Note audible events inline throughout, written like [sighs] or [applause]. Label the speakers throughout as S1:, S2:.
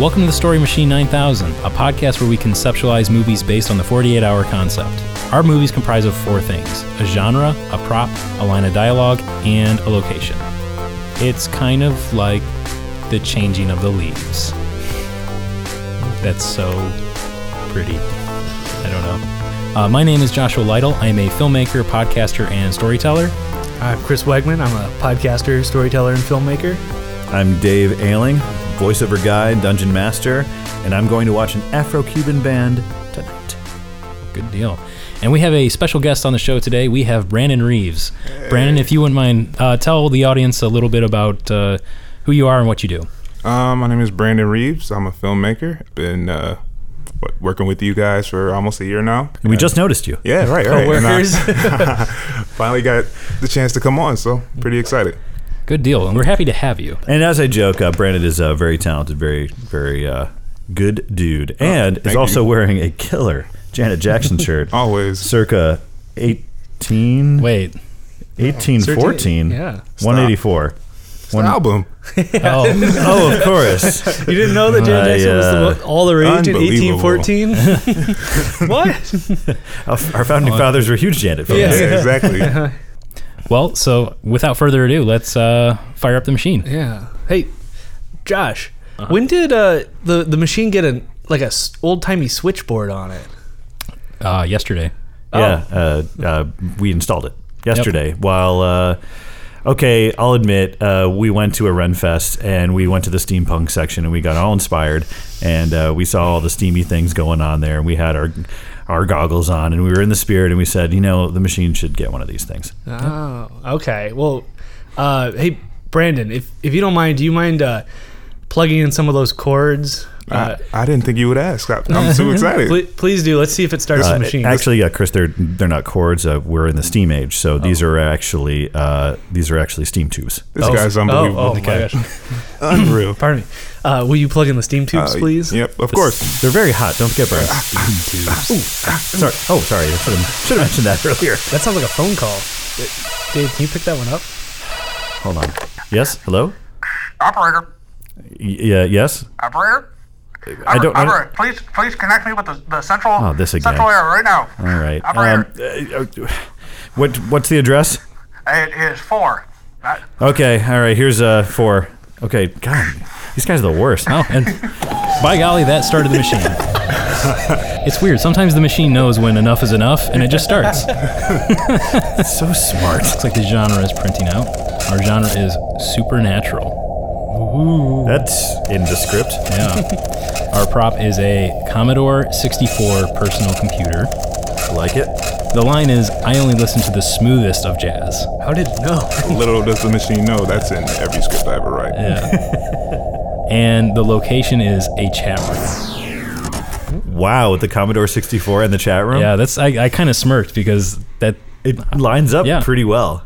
S1: Welcome to the Story Machine 9000, a podcast where we conceptualize movies based on the 48 hour concept. Our movies comprise of four things a genre, a prop, a line of dialogue, and a location. It's kind of like the changing of the leaves. That's so pretty. I don't know. Uh, my name is Joshua Lytle. I am a filmmaker, podcaster, and storyteller.
S2: I'm Chris Wegman. I'm a podcaster, storyteller, and filmmaker.
S3: I'm Dave Ailing, voiceover guy, dungeon master, and I'm going to watch an Afro Cuban band tonight.
S1: Good deal. And we have a special guest on the show today. We have Brandon Reeves. Brandon, if you wouldn't mind, uh, tell the audience a little bit about uh, who you are and what you do.
S4: Um, my name is Brandon Reeves. I'm a filmmaker. Been uh, what, working with you guys for almost a year now.
S3: We just noticed you.
S2: [laughs]
S4: yeah, right, right. And I
S2: Co-workers.
S4: [laughs] finally got the chance to come on, so pretty excited.
S1: Good deal. And we're happy to have you.
S3: And as I joke, uh, Brandon is a very talented, very, very uh, good dude, and is
S4: thank
S3: also
S4: you. Oh.
S3: wearing a killer Janet Jackson shirt,
S4: Always.
S3: circa 18,
S1: Wait.
S3: 1814,
S2: yeah.
S3: 184.
S4: It's the album.
S1: Oh,
S3: Oh, of course.
S2: You didn't know that Janet
S3: I,
S2: Jackson was the,
S3: uh,
S2: mo- all the rage in
S4: Unbelievable. [laughs]
S2: 1814? [laughs] what?
S3: Our our founding fathers were huge Janet fans.
S2: Yeah.
S4: Yeah, exactly.
S2: [laughs]
S1: well, so without further ado, let's uh, fire up the machine.
S2: Yeah. Hey, Josh,
S4: Uh-huh.
S2: when did uh, the the machine get an like a old timey switchboard on it?
S1: Uh, yesterday.
S2: Oh.
S3: Yeah, uh, uh, we installed it yesterday. While uh, okay, I'll admit uh, we went to a Ren Fest and we went to the steampunk section and we got all inspired and uh, we saw all the steamy things going on there and we had our our goggles on and we were in the spirit and we said, you know, the machine should get one of these things.
S2: Oh, okay. Well, uh, hey, Brandon, if if you don't mind, do you mind uh, plugging in some of those chords? Uh,
S4: I, I didn't think you would ask. I, I'm
S2: [laughs]
S4: too
S2: pl-
S4: excited.
S2: please do. Let's see if it starts the
S3: Uh,
S2: machine.
S3: actually, yeah, Chris, they're they're not cords. Uh, we're in the steam age,
S2: Oh.
S3: so these are actually uh, these are actually steam tubes.
S4: This guy's
S2: oh,
S4: unbelievable. Uh,
S2: oh my gosh.
S4: [laughs] Unreal.
S2: Pardon me. Uh, will you plug in the steam tubes,
S4: Uh,
S2: please?
S4: Yep, of course.
S3: They're very hot. Don't get burned. sorry. Oh, sorry. I should have, should have mentioned that [laughs] earlier.
S2: That sounds like a phone call. Dave, can you pick that one up?
S3: Hold on. Yes. Hello.
S5: Operator,
S3: Y- yeah. Yes.
S5: operator,
S3: I don't. I don't
S5: operator, please, please connect me with the, the central,
S3: Oh, this again.
S5: central area right now.
S3: all right. Um,
S5: Operator,
S3: uh, uh, what What's the address? um,
S5: it is four. Uh,
S3: Okay. All right. Here's uh four. Okay. God, these guys are the worst.
S1: Oh, and by golly, that started the machine. [laughs] it's weird. Sometimes the machine knows when enough is enough, and it just starts.
S3: That's so smart.
S1: It's like the genre is printing out. Our genre is supernatural.
S3: That's in the script.
S1: Yeah. Our prop is a Commodore 64 personal computer.
S3: Like it.
S1: The line is I only listen to the smoothest of jazz.
S2: How did no?
S4: Little does the machine know that's in every script I ever write.
S1: And the location is a chat room.
S3: Wow. With the Commodore 64 in the chat room.
S1: Yeah, that's I, I kind of smirked because that
S3: It lines up
S1: Yeah.
S3: pretty well.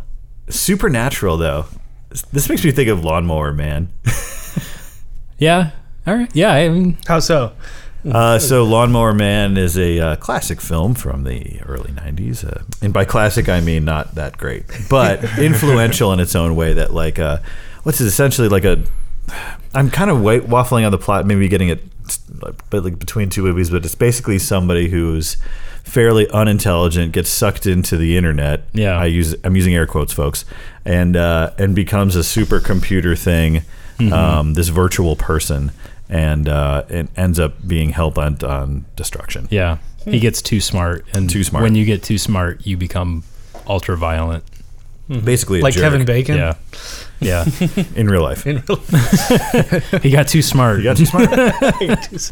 S3: Supernatural though. This makes me think of Lawnmower Man.
S1: yeah. All right. Yeah, I mean,
S2: How so?
S3: Uh, so, Lawnmower Man is a uh, classic film from the early 90s. Uh, and by classic, I mean not that great, but influential in its own way. That, like, uh, what's it essentially like a. I'm kind of wa- waffling on the plot, maybe getting it like, but like between two movies, but it's basically somebody who's fairly unintelligent gets sucked into the internet.
S1: Yeah.
S3: I use I'm using air quotes, folks, and uh, and becomes a supercomputer thing, um, this virtual person, and uh, and ends up being hell bent on destruction.
S1: yeah. He gets too smart and
S3: Too smart.
S1: When you get too smart, you become ultra violent.
S3: Basically, a
S2: Like
S3: jerk
S2: Kevin Bacon?
S1: Yeah. Yeah.
S3: in real life.
S2: [laughs] In real-
S1: he got too smart.
S3: You got too smart.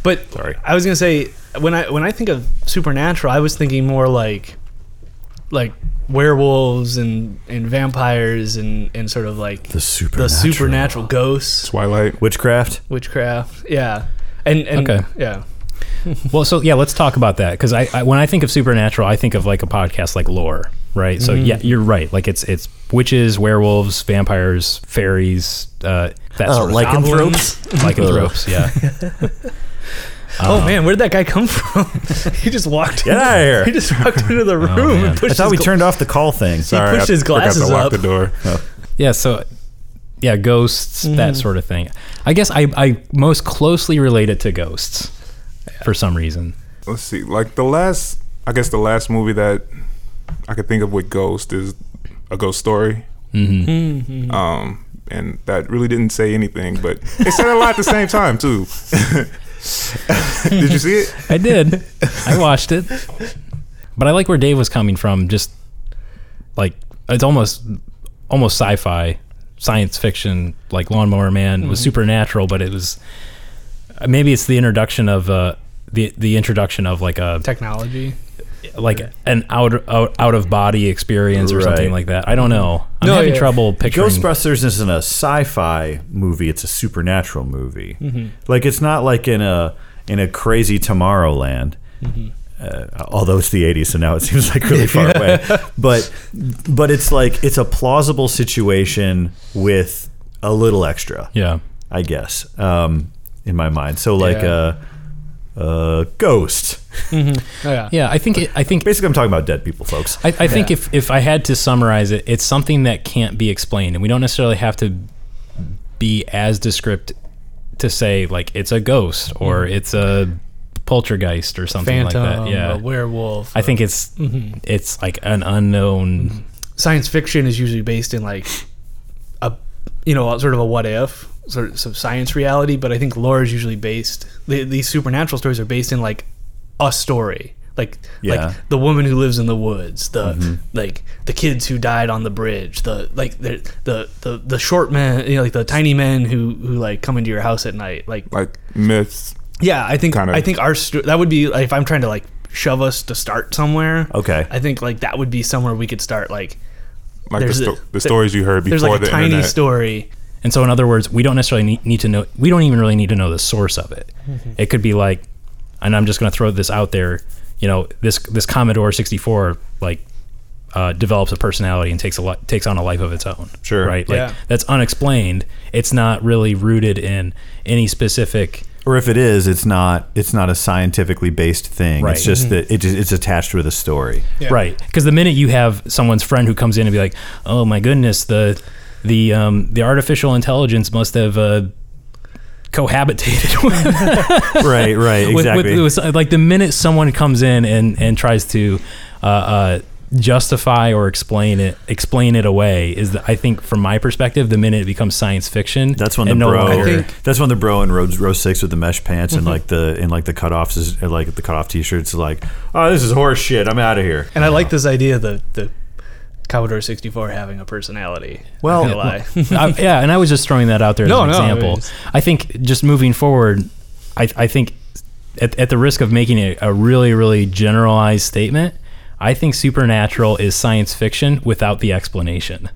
S2: but
S3: Sorry.
S2: I was gonna say when I when I think of supernatural, I was thinking more like like werewolves and and vampires and and sort of like
S3: The supernatural.
S2: the supernatural ghosts,
S4: Twilight.
S3: Witchcraft.
S2: witchcraft. Yeah. And and
S1: Okay.
S2: yeah.
S1: Well, so yeah, let's talk about that because I, I when I think of supernatural, I think of like a podcast like Lore, right? So yeah, you're right. Like it's it's witches, werewolves, vampires, fairies, uh, that sort of
S3: lycanthropes.
S1: stuff. lycanthropes. Yeah,
S2: oh man, where did that guy come from? [laughs] he just walked.
S3: Get out of here. Oh,
S2: He just walked into the room
S1: man.
S2: and pushed.
S3: I thought
S2: his
S3: we
S2: gla-
S3: turned off the call thing.
S4: Sorry,
S2: pushed
S4: I
S2: his [laughs]
S4: forgot
S2: glasses
S4: to lock
S2: up.
S4: the door.
S1: yeah. So yeah, ghosts, that sort of thing. I guess I, I most closely relate it to ghosts for some reason.
S4: Let's see. Like the last, I guess the last movie that I could think of with ghost is a ghost story. Mm-hmm. Um, and that really didn't say anything, but it said a lot at the same time too. [laughs] Did you see it?
S1: I did. I watched it. But I like where Dave was coming from. Just like it's almost almost sci-fi, science fiction, like Lawnmower Man was supernatural, but it was uh, maybe it's the introduction of uh, the the introduction of like a
S2: Technology.
S1: like an out out, out of body experience or something
S3: Right.
S1: like that. I don't know. I'm
S2: No,
S1: having
S2: yeah.
S1: trouble picturing.
S3: Ghostbusters isn't a sci-fi movie; it's a supernatural movie.
S1: Mm-hmm.
S3: Like it's not like in a in a crazy Tomorrowland.
S1: Mm-hmm.
S3: Uh, although it's the 80s, so now it seems like
S1: [laughs]
S3: really far away. But but it's like it's a plausible situation with a little extra,
S1: yeah.
S3: I guess, um, in my mind. So like
S2: Yeah.
S3: a, a ghost.
S2: Oh, yeah.
S1: Yeah, I think it, I think
S3: Basically, I'm talking about dead people, folks.
S1: I, I think if, if I had to summarize it, it's something that can't be explained, and we don't necessarily have to be as descript to say like it's a ghost or it's a poltergeist or something
S2: Phantom,
S1: like that.
S2: a
S1: Yeah,
S2: werewolf.
S1: I think it's it's like an unknown.
S2: science fiction is usually based in like a you know sort of a what if sort of some science reality but i think lore is usually based the, these supernatural stories are based in like a story like
S3: Yeah. Mm-hmm.
S2: like the woman who lives in the woods the like the kids who died on the bridge the like the the the, the short men you know, like the tiny men who who like come into your house at night like
S4: Like myths.
S2: yeah, I think
S4: Kinda.
S2: I think our stu- that would be like, if I'm trying to like shove us to start somewhere.
S3: Okay.
S2: I think like that would be somewhere we could start like
S4: Like the,
S2: There's
S4: sto-
S2: a-
S4: the stories you heard before
S2: there's like a
S4: the
S2: tiny
S4: internet.
S2: story.
S1: And so, in other words, we don't necessarily need, need to know. We don't even really need to know the source of it. It could be like, and I'm just going to throw this out there. You know, this this Commodore 64 like uh, develops a personality and takes a li- takes on a life of its own.
S3: Sure.
S1: right? Like
S2: Yeah.
S1: that's unexplained. It's not really rooted in any specific.
S3: or if it is, it's not it's not a scientifically based thing.
S1: Right. Mm-hmm.
S3: It's just that it, it's attached with a story.
S1: Right. 'Cause Right, because the minute you have someone's friend who comes in and be like, "Oh my goodness, the the um, the artificial intelligence must have uh, cohabitated [laughs] with
S3: right, right,
S1: with-
S3: exactly.
S1: with, with, like the minute someone comes in and and tries to uh, uh, justify or explain it explain it away is the, I think from my perspective the minute it becomes science fiction
S3: that's when the
S1: and no
S3: bro.
S1: longer-
S2: I think- Mm-hmm.
S3: that's when the bro in row, row six with the mesh pants and like the and like the cutoffs is and, like the cutoff t-shirts is like, oh, this is horse shit. I'm out of here.
S2: And I like this idea of the the Commodore 64 having a personality.
S3: Well-
S2: Not gonna lie.
S3: [laughs]
S1: I, yeah, and I was just throwing that out there as
S2: No,
S1: an
S2: no,
S1: example.
S2: it's-
S1: I think just moving forward, I, I think at, at the risk of making it a really, really generalized statement, I think supernatural is science fiction without the explanation.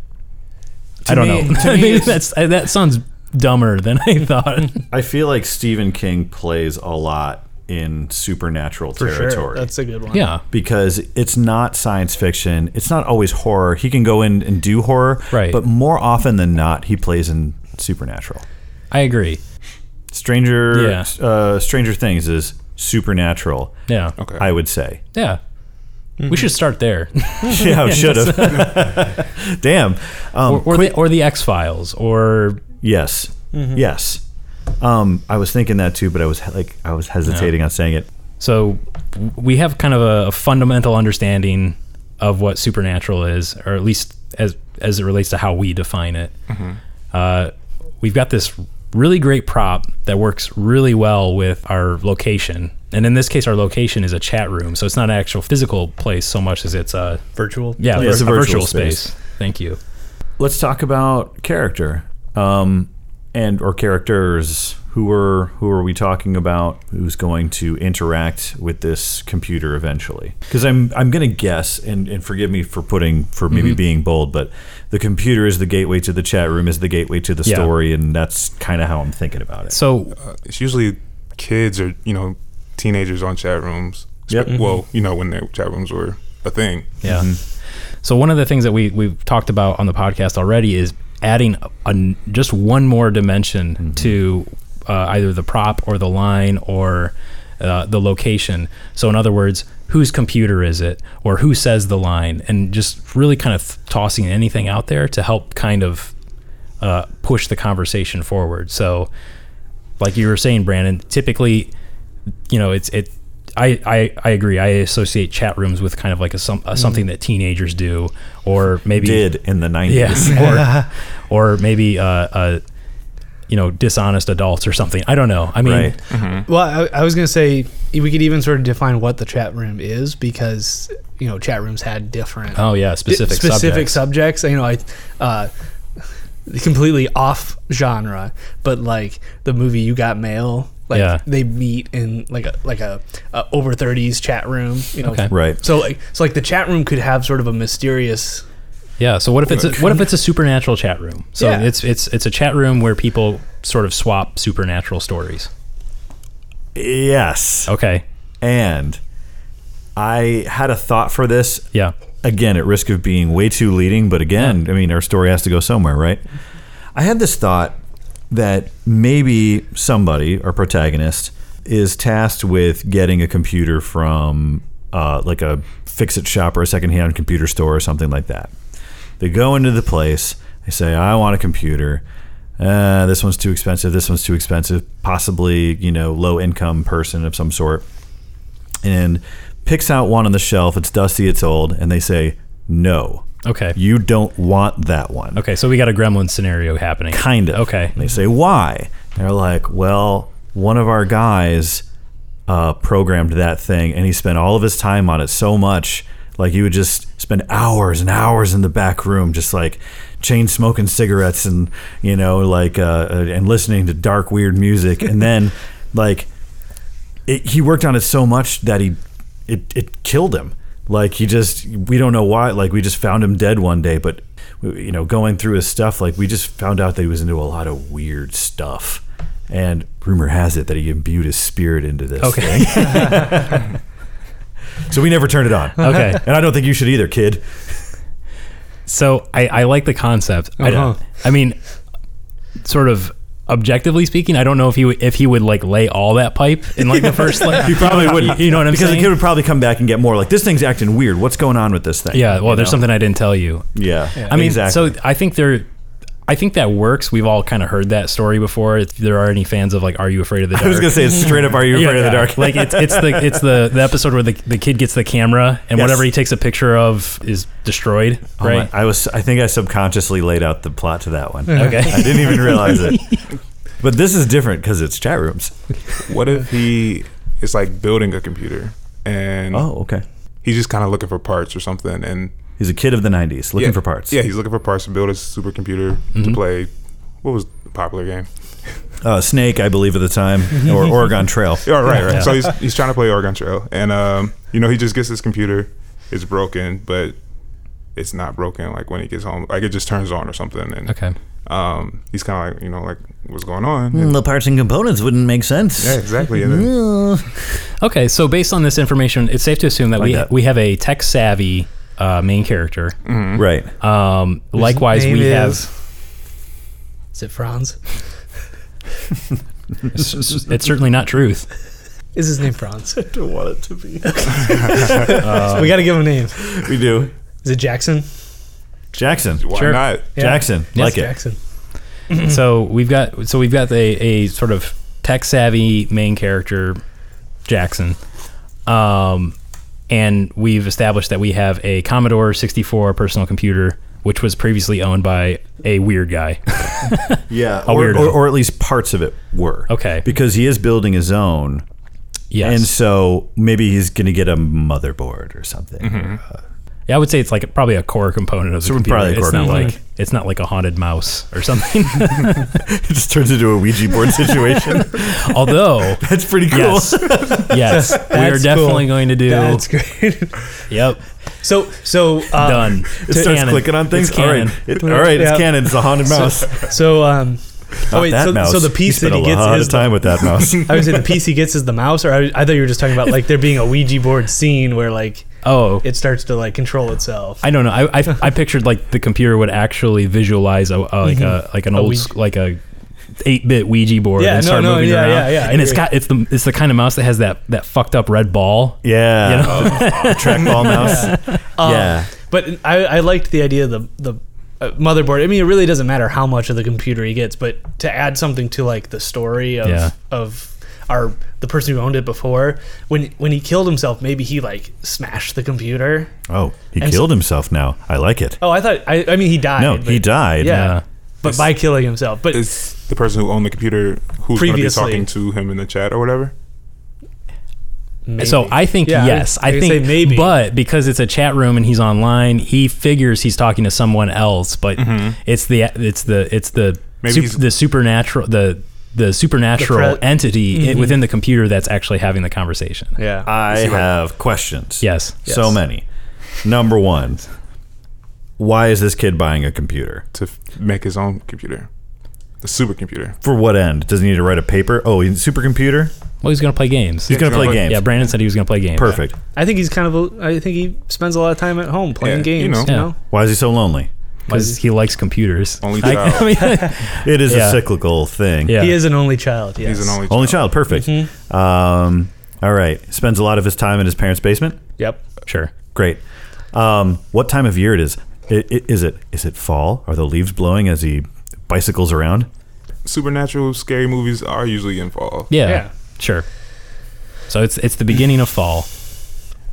S1: I don't
S3: me-
S1: know. [laughs]
S3: to me
S1: Maybe
S3: it's-
S1: that's I- that sounds dumber than
S3: [laughs]
S1: I thought.
S3: I feel like Stephen King plays a lot in supernatural
S2: [laughs] For
S3: territory.
S2: sure, that's a good one.
S1: yeah,
S3: because it's not science fiction. It's not always horror. He can go in and do horror,
S1: Right.
S3: But more often than not, he plays in supernatural.
S1: I agree.
S3: Stranger,
S1: Yeah.
S3: uh, Stranger Things is supernatural.
S1: Yeah,
S4: Okay.
S3: I would say.
S1: yeah.
S3: Mm-hmm.
S1: We should start there,
S3: [laughs]
S1: [laughs]
S3: yeah, should have. [laughs] Damn. Um,
S1: or, or the or the X Files, or
S3: yes,
S1: mm-hmm.
S3: yes. Um, I was thinking that too, but I was he- like, I was hesitating on saying it.
S1: So w- we have kind of a, a fundamental understanding of what supernatural is, or at least as as it relates to how we define it.
S3: Mm-hmm.
S1: Uh, we've got this really great prop that works really well with our location, and in this case, our location is a chat room, so it's not an actual physical place so much as it's a
S2: Virtual.
S1: yeah,
S3: Oh, it's
S1: vir-
S3: a
S1: a
S3: virtual
S1: virtual space. Thank you.
S3: Let's talk about character, um, and or characters. Who are who are we talking about? Who's going to interact with this computer eventually? Because I'm I'm gonna guess, and, and forgive me for putting for
S1: Mm-hmm.
S3: maybe being bold, but the computer is the gateway to the chat room, is the gateway to the
S1: Yeah.
S3: story, and that's kind of how I'm thinking about it.
S1: So
S4: It's usually kids or you know teenagers on chat rooms.
S3: Yep.
S4: Spe- Well, you know when their chat rooms were a thing.
S1: Yeah. So one of the things that we we've talked about on the podcast already is adding a, an- just one more dimension to uh, either the prop or the line or uh, the location. So in other words, whose computer is it, or who says the line, and just really kind of tossing anything out there to help kind of uh, push the conversation forward. So, like you were saying, Brandon, typically, you know, it's it. I, I, I agree. I associate chat rooms with kind of like a, some, a something that teenagers do, or maybe [laughs]
S3: Did in the 90s.
S1: Yes, or, or maybe uh, uh, you know dishonest adults or something. I don't know. I mean,
S3: Right.
S2: Well, I, I was gonna say we could even sort of define what the chat room is because you know chat rooms had different
S1: oh yeah, specific
S2: di- specific
S1: subjects.
S2: subjects. You know, I uh, completely off genre, but like the movie You Got Mail, like
S1: Yeah.
S2: they meet in like a like a, a over thirties chat room. You know,
S1: Okay.
S3: Right.
S2: So like so like the chat room could have sort of a mysterious.
S1: Yeah. So what if it's a, what if it's a supernatural chat room? So
S2: Yeah.
S1: it's it's it's a chat room where people sort of swap supernatural stories.
S3: Yes.
S1: Okay.
S3: And I had a thought for this.
S1: Yeah.
S3: Again, at risk of being way too leading, but again, I mean, our story has to go somewhere, right? I had this thought that maybe somebody, our protagonist, is tasked with getting a computer from uh, like a fix it shop or a secondhand computer store or something like that. They go into the place, they say, I want a computer. Uh, this one's too expensive. This one's too expensive. Possibly, you know, low income person of some sort and picks out one on the shelf. It's dusty, it's old, and they say, No,
S1: Okay.
S3: you don't want that one.
S1: Okay. So we got a gremlin scenario
S3: [laughs]
S1: happening.
S3: Kind of.
S1: Okay.
S3: And they say, Why? And they're like, Well, one of our guys uh, programmed that thing and he spent all of his time on it so much. Like, he would just spend hours and hours in the back room, just like chain smoking cigarettes and, you know, like, uh, uh, and listening to dark, weird music. And then, [laughs] like, it, he worked on it so much that he it, it killed him like he just we don't know why like we just found him dead one day but you know going through his stuff like we just found out that he was into a lot of weird stuff and rumor has it that he imbued his spirit into this
S1: Okay.
S3: thing. so we never turned it on
S1: [laughs] Okay.
S3: and i don't think you should either kid
S1: So I, I like the concept. I don't-
S2: Uh-huh.
S1: I, mean, sort of objectively speaking, I don't know if he would, if he would like lay all that pipe in like the
S3: [laughs]
S1: first. like,
S3: he probably wouldn't
S1: You know what I'm
S3: because
S1: saying?
S3: the kid would probably come back and get more like this thing's acting weird what's going on with this thing
S1: yeah. Well,
S3: You
S1: there's
S3: know?
S1: something I didn't tell you.
S3: yeah,
S1: I mean,
S3: exactly.
S1: so I think they're. I think that works. We've all kind of heard that story before. If there are any fans of like, "Are You Afraid of the Dark?"
S3: i was gonna say it's straight up are you
S1: Yeah,
S3: afraid of the
S1: yeah.
S3: dark
S1: like it's it's the it's the, the episode where the, the kid gets the camera and
S3: Yes.
S1: whatever he takes a picture of is destroyed,
S3: Oh my-
S1: right?
S3: I was. I think I subconsciously laid out the plot to that one.
S1: Okay.
S3: I didn't even realize it. But this is different because it's chat rooms.
S4: What if he is like building a computer and
S3: Oh, okay.
S4: he's just kind of looking for parts or something and
S3: He's a kid of the '90s, looking
S4: yeah,
S3: for parts. Mm-hmm.
S4: Yeah, he's looking for parts to build a supercomputer to play. What was the popular game?
S3: Uh, Snake, I believe, at the time, or Oregon Trail.
S4: Yeah, right, right.
S1: Yeah.
S4: So he's he's trying to play Oregon Trail, and um, you know, he just gets his computer. It's broken, but it's not broken. Like when he gets home, like it just turns on or something. And
S1: Okay.
S4: um, he's kind of like, you know, like what's going on?
S3: Mm, The parts and components wouldn't make sense.
S4: yeah, exactly. And then,
S3: Mm.
S1: Okay, so based on this information, it's safe to assume that
S3: Like
S1: we
S3: that. Mm-hmm.
S1: we have a tech savvy uh, main character.
S4: Mm-hmm.
S3: Right.
S1: Um, likewise,
S2: Name
S1: we
S2: is-
S1: have
S2: Is it Franz?
S1: it's it's certainly not
S2: [laughs]
S1: truth.
S2: Is his name Franz?
S3: [laughs] I don't want it to
S2: [laughs]
S3: be.
S2: we got to give him a name.
S3: we do.
S2: Is it Jackson?
S3: Jackson.
S4: why
S1: Sure.
S4: not?
S2: Yeah.
S3: Jackson.
S1: Yes,
S3: like it.
S2: Jackson.
S1: so we've got so we've got a, a sort of tech savvy main character Jackson, um, and we've established that we have a Commodore 64 personal computer, which was previously owned by a weird guy. [laughs]
S3: Yeah.
S1: A
S3: Or,
S1: weirdo.
S3: or, or at least parts of it were.
S1: Okay.
S3: Because he is building his own.
S1: yes,
S3: And so maybe he's going to get a motherboard or something.
S4: Mm-hmm.
S3: Uh,
S1: yeah, I would say it's like probably a core component of the
S3: So
S1: computer.
S3: probably a core
S1: it's not
S3: component.
S1: like it's not like a haunted mouse or
S3: [laughs]
S1: something.
S3: [laughs] It just turns into a Ouija board situation.
S2: [laughs]
S1: Although.
S3: That's pretty cool. [laughs]
S1: Yes, yes, we are
S2: That's
S1: definitely
S2: cool.
S1: going to do.
S2: That's great. [laughs]
S1: yep,
S2: so so uh,
S1: done.
S3: It starts
S1: Canon.
S3: clicking on things.
S1: It's
S3: all right,
S1: canon.
S3: It- all right,
S2: Yeah.
S3: it's canon. It's a haunted mouse.
S2: So um, oh wait,
S3: that
S2: so,
S3: mouse.
S2: so the piece
S3: you
S2: that
S3: spent
S2: he gets
S3: a lot
S2: is
S3: of
S2: the,
S3: time with that [laughs] mouse.
S2: I would say the piece he gets is the mouse, or I, I thought you were just talking about like there being a Ouija board scene where like
S1: Oh,
S2: it starts to like control itself.
S1: I don't know. I, I, I pictured like the computer would actually visualize a, a like a like an old
S2: Mm-hmm. Ouija.
S1: sc- like a eight bit Ouija board
S2: Yeah,
S1: and
S2: no,
S1: start
S2: no,
S1: moving
S2: yeah,
S1: around.
S2: yeah, yeah, I
S1: and it's
S2: agree.
S1: got it's the it's the kind of mouse that has that that fucked up red ball.
S3: yeah,
S1: You know? [laughs]
S2: Uh,
S3: the trackball mouse. yeah,
S2: But I, I liked the idea of the the uh, motherboard. I mean, it really doesn't matter how much of the computer he gets, but to add something to like the story of
S1: Yeah.
S2: of our the person who owned it before, when when he killed himself, maybe he like smashed the computer.
S3: Oh, he
S2: And so-
S3: killed himself now. I like it.
S2: Oh, I thought. I, I mean, he died.
S3: no,
S2: but-
S3: he died.
S2: Yeah,
S1: Yeah.
S2: but by killing himself. But
S4: Is the person who owned the computer who's going to be
S2: Previously.
S4: talking to him in the chat or whatever?
S2: maybe.
S1: So I think
S2: Yeah, I
S1: yes.
S2: was
S1: I,
S2: gonna
S1: think
S2: say maybe.
S1: but because it's a chat room and he's online, he figures he's talking to someone else. But it's the it's the it's the
S4: Maybe
S1: sup-
S4: he's-
S1: the supernatural the the supernatural
S2: The pre- mm-hmm.
S1: entity i- within the computer that's actually having the conversation.
S2: yeah.
S3: I have questions.
S1: Yes.
S3: So
S1: Yes.
S3: many. Number one, why is this kid buying a computer?
S4: to f- make his own computer, a supercomputer.
S3: For what end? Does he need to write a paper? Oh, he's a supercomputer?
S1: Well, he's gonna play games.
S3: He's going to
S4: gonna
S3: play
S4: play-
S3: games.
S1: yeah, Brandon said he was gonna play games.
S3: Perfect.
S2: I think he's kind of. A, I think he spends a lot of time at home playing
S4: Yeah,
S2: games.
S4: you know.
S2: You know.
S1: Yeah.
S3: Why is he so lonely?
S1: because he likes computers.
S4: Only
S1: I-
S4: child.
S1: I mean,
S3: It is
S1: Yeah.
S3: a cyclical thing.
S1: yeah.
S2: He is an only child. mm-hmm. Yes.
S4: He's an only.
S3: Only child.
S4: child.
S3: Perfect. Um, all right. Spends a lot of his time in his parents' basement.
S2: Yep.
S1: Sure.
S3: Great. Um, what time of year it is? I i is it is it fall? Are the leaves blowing as he bicycles around?
S4: Supernatural scary movies are usually involved.
S1: Yeah,
S2: Yeah.
S1: Sure. So it's it's the beginning of fall.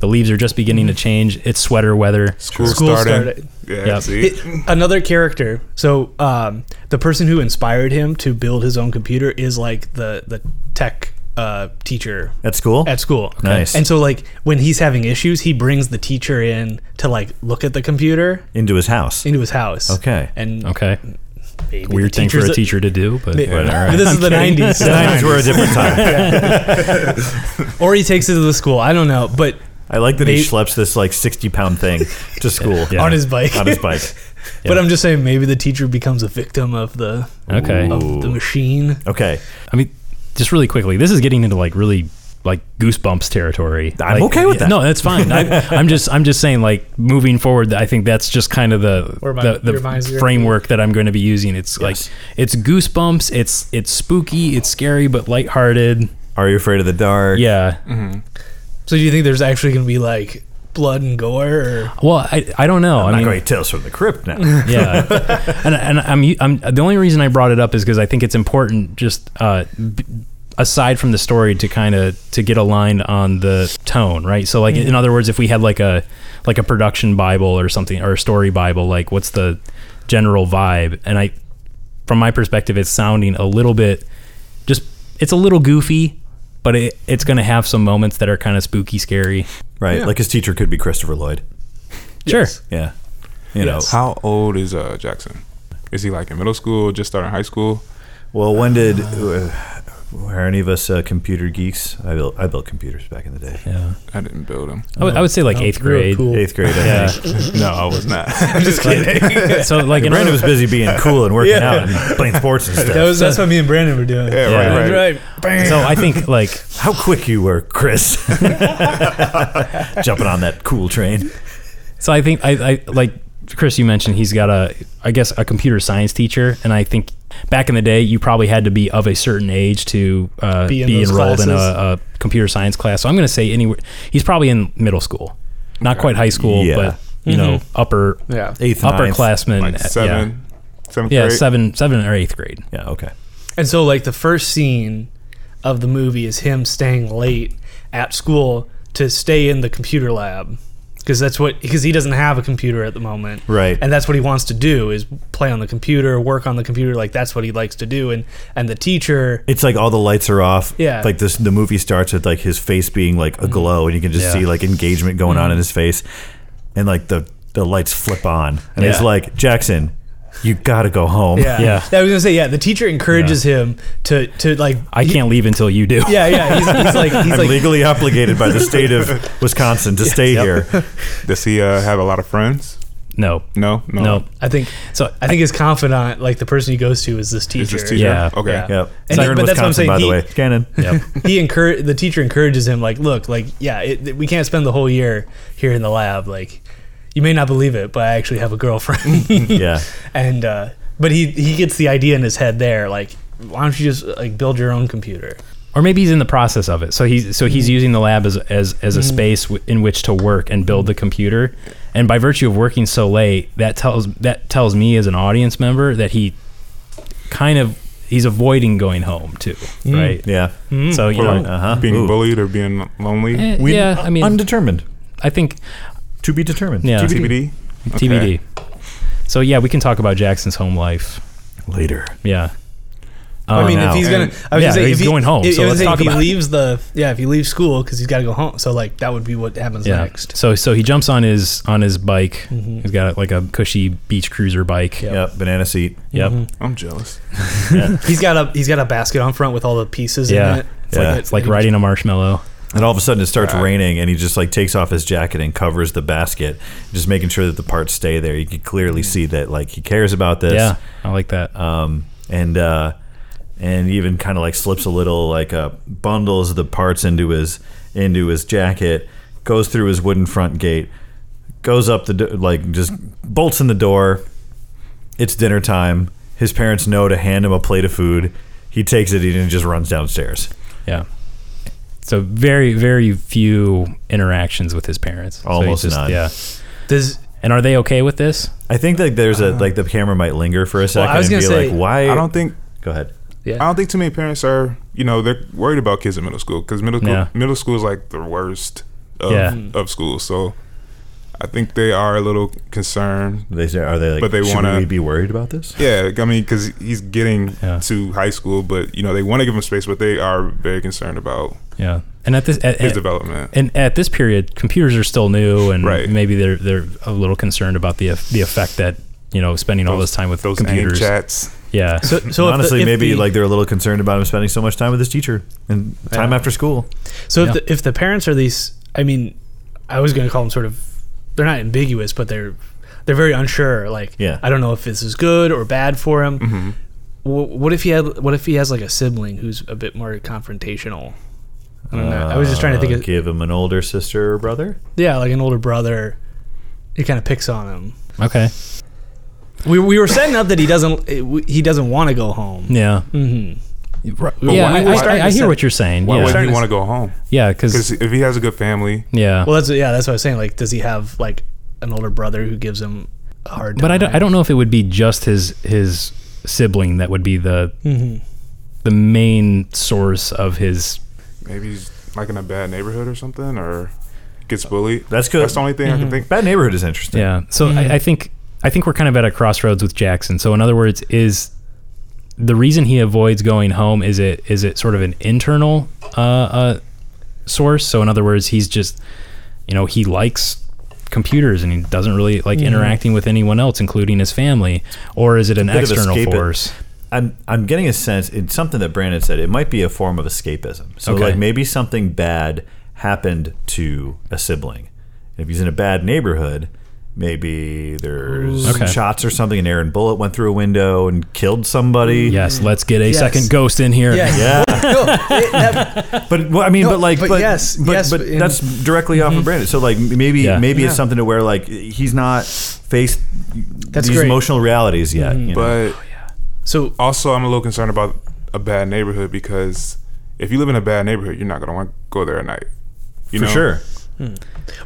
S1: The leaves are just beginning
S2: Mm-hmm.
S1: to change. It's sweater weather.
S4: School,
S2: School
S4: started. Yeah.
S1: Yeah.
S4: See.
S2: It- another character. So um, the person who inspired him to build his own computer is like the the tech uh, teacher
S3: At school?
S2: at school.
S3: Nice.
S2: And so like when he's having issues, he brings the teacher in to like look at the computer
S3: Into his house.
S2: into his house.
S3: Okay.
S2: And
S1: Okay.
S2: maybe the
S1: Weird thing for
S2: teacher's-
S1: a teacher to do, but
S2: But
S1: whatever.
S2: [laughs] This is the nineties.
S3: the 90s were a different time.
S2: [laughs] or he takes it to the school. I don't know, but
S3: I like that he
S2: They-
S3: schleps this like sixty pound thing to school
S1: Yeah.
S2: [laughs] on his bike.
S3: on his bike.
S2: but I'm just saying maybe the teacher becomes a victim of the
S1: Okay.
S2: of the machine.
S3: Okay,
S1: I mean, just really quickly, this is getting into like really like goosebumps territory.
S3: I'm
S1: Like,
S3: okay with that.
S1: No, that's fine. I,
S3: [laughs]
S1: I'm just I'm just saying like moving forward. I think that's just kind of the
S2: Where my-
S1: the,
S2: your mind's
S1: the
S2: gonna
S1: framework that I'm going to be using. It's
S3: Yes.
S1: like it's goosebumps. It's it's spooky. It's scary but lighthearted.
S3: are you afraid of the dark?
S1: Yeah.
S3: Mm-hmm.
S2: So do you think there's actually gonna be like blood and gore or
S1: Well, I I don't know.
S3: I'm
S1: I mean,
S3: not going to tales from the crypt
S2: [laughs]
S3: now.
S1: yeah [laughs] and, and I'm, I'm the only reason i brought it up is because i think it's important just uh, b- aside from the story to kind of to get aligned on the tone right so like in other words if we had like a like a production bible or something or a story bible like what's the general vibe and i from my perspective it's sounding a little bit just it's a little goofy but it, it's going to have some moments that are kind of spooky scary
S3: right, like his teacher could be Christopher Lloyd.
S1: sure
S3: Yeah, you know.
S4: How old is uh, Jackson? Is he like in middle school, just starting high school?
S3: Well, when did uh, were any of us uh, computer geeks? I built I built computers back in the day.
S1: yeah
S4: I didn't build him.
S1: I would, I would say like eighth
S2: Real
S1: grade
S2: cool.
S3: Eighth grade. I
S1: yeah
S3: think.
S4: no, I was not.
S1: so
S3: [laughs]
S1: like in
S3: Brandon
S1: other-
S3: was
S1: [laughs]
S3: busy being cool and working out and playing sports and
S2: That
S3: stuff.
S2: was that's what me and Brandon were doing.
S4: Yeah,
S1: Yeah.
S4: Right, right.
S1: [laughs] So I think like
S3: How quick you were, Chris! [laughs] Jumping on that cool train.
S1: so I think I, I like Chris you mentioned he's got a I guess a computer science teacher and I think back in the day you probably had to be of a certain age to uh,
S2: Be
S1: be,
S2: in those
S1: enrolled in a, a
S2: classes.
S1: computer science class. So I'm going to say anywhere he's probably in middle school. Not quite high school,
S3: Yeah.
S1: but you know, upper
S2: Mm-hmm. Yeah.
S3: Eighth, ninth.
S1: upperclassmen.
S4: Like
S1: uh,
S4: seven, seventh
S1: Yeah, yeah
S4: grade.
S1: seven seven or eighth grade.
S3: Yeah. Okay.
S2: And so like the first scene of the movie is him staying late at school to stay in the computer lab because that's what because he doesn't have a computer at the moment.
S3: Right.
S2: And that's what he wants to do is play on the computer, work on the computer like that's what he likes to do and and the teacher
S3: It's like all the lights are off.
S2: Yeah.
S3: Like this, the movie starts with like his face being like aglow, and you can just
S1: Mm-hmm. Yeah. Mm-hmm.
S3: see like engagement going on in his face, and like the the lights flip on, and it's
S1: Yeah.
S3: like Jackson, you gotta go home.
S2: yeah.
S1: Yeah.
S2: I was going to say yeah, the teacher encourages him to to like
S1: I can't leave until you do.
S2: yeah, yeah. He's, he's like he's
S3: I'm
S2: like
S3: legally obligated by the state
S2: [laughs]
S3: of Wisconsin to stay here.
S4: Does he uh, have a lot of friends?
S1: [laughs] No.
S4: No, no.
S1: No.
S2: I think
S1: So
S2: I think his confidant, like the person he goes to, is this teacher.
S4: Is this teacher?
S1: Yeah.
S4: Okay.
S2: Yeah.
S3: Yep.
S2: And
S3: They're in
S2: he- but that's what I'm
S3: Wisconsin,
S2: saying,
S3: By the
S2: he-
S3: way, Cannon.
S1: Yep.
S2: [laughs] He encour- the teacher encourages him, like, look, like, yeah, it, th- we can't spend the whole year here in the lab. Like, you may not believe it, but I actually have a girlfriend.
S1: Mm-hmm.
S3: Yeah.
S2: [laughs] and uh, but he he gets the idea in his head there, like, why don't you just like build your own computer?
S1: or maybe he's in the process of it. So he's so he's using the lab as as, as a space w- in which to work and build the computer. And by virtue of working so late, that tells that tells me as an audience member that he kind of he's avoiding going home too, right?
S3: [laughs] Yeah.
S1: So you
S4: Or
S1: know, uh,
S4: like
S3: Uh-huh.
S4: being
S3: Ooh.
S4: bullied or being lonely.
S1: Mm. eh, yeah. I mean,
S3: undetermined.
S1: I think
S3: To be determined.
S1: Yeah.
S3: TBD.
S4: TBD. Okay.
S1: TBD. So yeah, we can talk about Jackson's home life.
S3: Later.
S1: Yeah.
S2: I mean,
S3: now.
S2: if he's gonna, I was
S1: Oh, Yeah,
S2: gonna say,
S1: he's
S2: if he-
S1: going home,
S2: If,
S1: so
S2: I was
S1: let's
S2: saying
S1: talk
S2: if he
S1: about it.
S2: leaves the, yeah, if he leaves school because he's got to go home. So like that would be what happens
S1: yeah. Mm-hmm.
S2: next.
S1: So so he jumps on his on his bike. He's got like a cushy beach cruiser bike.
S2: Yep.
S3: Yep. Banana seat.
S1: Yep.
S4: I'm jealous.
S2: He's got a he's got a basket on front with all the pieces
S1: Yeah.
S2: in it. It's
S3: Yeah.
S1: It's like riding a marshmallow.
S3: And all of a sudden it starts raining, and he just like takes off his jacket and covers the basket, just making sure that the parts stay there. You can clearly see that like he cares about this.
S1: Yeah. I like that.
S3: um, and uh, and even kind of like slips a little like uh, bundles the parts into his into his jacket, goes through his wooden front gate, goes up the do- like just bolts in the door. It's dinner time. His parents know to hand him a plate of food. He takes it and just runs downstairs.
S1: Yeah. So very very few interactions with his parents. So he's
S3: Almost none.
S1: Yeah.
S2: Does
S1: And are they okay with this?
S3: I think like there's a like the camera might linger for a second
S2: Uh-huh. I was
S3: and be
S2: gonna say-
S3: like, why?
S4: I don't think
S3: Go ahead.
S4: I don't think too many parents are, you know, they're worried about kids in middle school because middle school,
S1: Yeah.
S4: middle school is like the worst of,
S1: Yeah.
S4: of schools. So I think they are a little concerned.
S3: They say, are they like?
S4: But they
S3: should
S4: wanna-
S3: we be worried about this?
S4: Yeah, I mean, because he's getting
S1: Yeah.
S4: to high school, but you know they want to give him space, but they are very concerned about
S1: Yeah. And at this at,
S4: his
S1: at-
S4: development.
S1: and at this period, computers are still new, and
S4: Right.
S1: maybe they're they're a little concerned about the eff- the effect that you know spending all this time with
S4: those AIM
S1: computers.
S4: chats.
S1: Yeah,
S2: so, so if the-
S3: honestly,
S2: if
S3: maybe
S2: the-
S3: like they're a little concerned about him spending so much time with his teacher and time after school.
S2: So if,
S1: Yeah.
S2: the, if the parents are these, I mean, I was going to call them sort of, they're not ambiguous, but they're they're very unsure. Like,
S3: Yeah.
S2: I don't know if this is good or bad for him.
S1: Mm-hmm.
S2: Wh- what if he had? What if he has like a sibling who's a bit more confrontational? I don't know. I was just trying to think
S3: Uh,
S2: of
S3: give him an older sister or brother.
S2: yeah, like an older brother. He kind of picks on him.
S1: [laughs] Okay.
S2: We, we were setting up that he doesn't eh, we- he doesn't want to go home.
S1: Yeah. Mm-hmm. Yeah,
S4: why-
S1: I,
S4: why-
S1: I- I, I hear what you're saying.
S4: Why
S1: yeah,
S4: would he want to go home?
S1: yeah, because
S4: Because if he has a good family,
S1: yeah.
S2: Well, that's yeah, that's what I was saying. Like, does he have like an older brother who gives him a hard?
S1: but I don't,
S2: time?
S1: I don't know if it would be just his his sibling that would be the the main source of his.
S4: maybe he's like in a bad neighborhood or something, or gets bullied.
S3: That's good.
S4: That's the only thing
S1: Mm-hmm.
S4: I can think.
S3: Bad neighborhood is interesting.
S1: Yeah. So I, I think I think we're kind of at a crossroads with Jackson. So in other words, is the reason he avoids going home is it is it sort of an internal uh, uh, source? So in other words, he's just you know he likes computers and he doesn't really like interacting with anyone else, including his family, or is it an
S3: Bit of
S1: external
S3: escapi-
S1: force?
S3: I'm I'm getting a sense it's something that Brandon said. It might be a form of escapism. So
S1: Okay.
S3: like maybe something bad happened to a sibling. If he's in a bad neighborhood, maybe there's
S1: Okay.
S3: shots or something. An Aaron bullet went through a window and killed somebody.
S1: Yes, let's get a
S2: Yes.
S1: second ghost in here.
S2: Yeah.
S3: Yeah.
S2: [laughs] No, it- that-
S3: But well, I mean,
S2: No,
S3: but like, but,
S2: but yes,
S3: but,
S2: yes,
S3: but
S2: but in- Mm-hmm.
S3: that's directly off of Brandon. So like, m- maybe
S1: Yeah.
S3: maybe it's
S4: Yeah.
S3: something to where like he's not faced
S2: That's
S3: these
S2: great.
S3: emotional realities yet. you know?
S4: But
S2: so
S4: also, I'm a little concerned about a bad neighborhood because if you live in a bad neighborhood, you're not gonna want to go there at night. You
S3: for
S4: know?
S3: sure,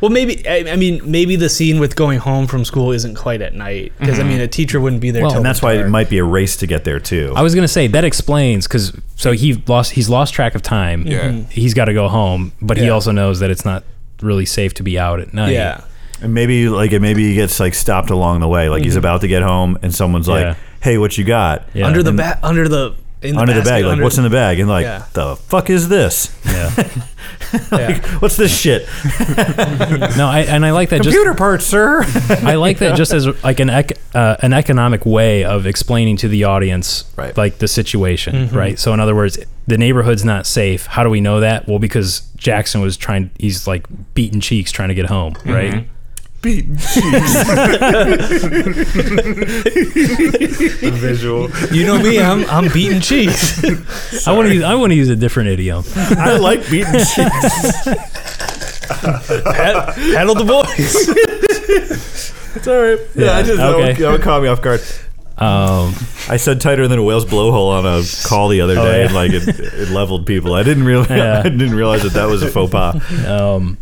S2: well, maybe I, I mean maybe the scene with going home from school isn't quite at night because I mean a teacher wouldn't be there.
S1: Well,
S2: till
S3: Mm-hmm. and that's why it
S2: dark.
S3: might be a race to get there too.
S1: I was gonna say that explains because so he lost he's lost track of time.
S4: Yeah. Mhm.
S1: he's got to go home, but he
S2: Yeah.
S1: also knows that it's not really safe to be out at night.
S2: Yeah.
S3: and maybe like maybe he gets like stopped along the way. Like he's about to get home, and someone's
S1: Yeah.
S3: like, "Hey, what you got?"
S1: Yeah.
S2: under the
S1: And-
S2: ba- under the in
S3: Under the bag, like what's in the bag, and like
S2: Yeah.
S3: the fuck is this? [laughs]
S1: Yeah.
S2: bag?
S3: What's this shit?
S1: no, I, and I like that. Just
S3: Computer parts, sir.
S1: I like that just as like an ec- uh, an economic way of explaining to the audience
S3: Right.
S1: like the situation,
S2: Mm-hmm.
S1: right? So in other words, the neighborhood's not safe. How do we know that? Well, because Jackson was trying. He's like beating cheeks trying to get home, right?
S2: Mm-hmm.
S4: Visual.
S2: [laughs] you know
S3: [laughs]
S2: me, I'm I'm beating cheese. [laughs]
S1: I want to use I want to use a different idiom.
S3: [laughs] I like beating [laughs] shit.
S2: Pat- Paddle the boys.
S3: It's all right. Yeah, I just that
S1: okay.
S3: would- that would caught me off guard.
S1: Um,
S3: I said tighter than a whale's blowhole on a call the
S2: Oh,
S3: other day,
S1: yeah.
S3: and like it, it leveled people. I didn't realize
S1: Yeah.
S3: [laughs] I didn't realize that that was a faux pas.
S1: Um,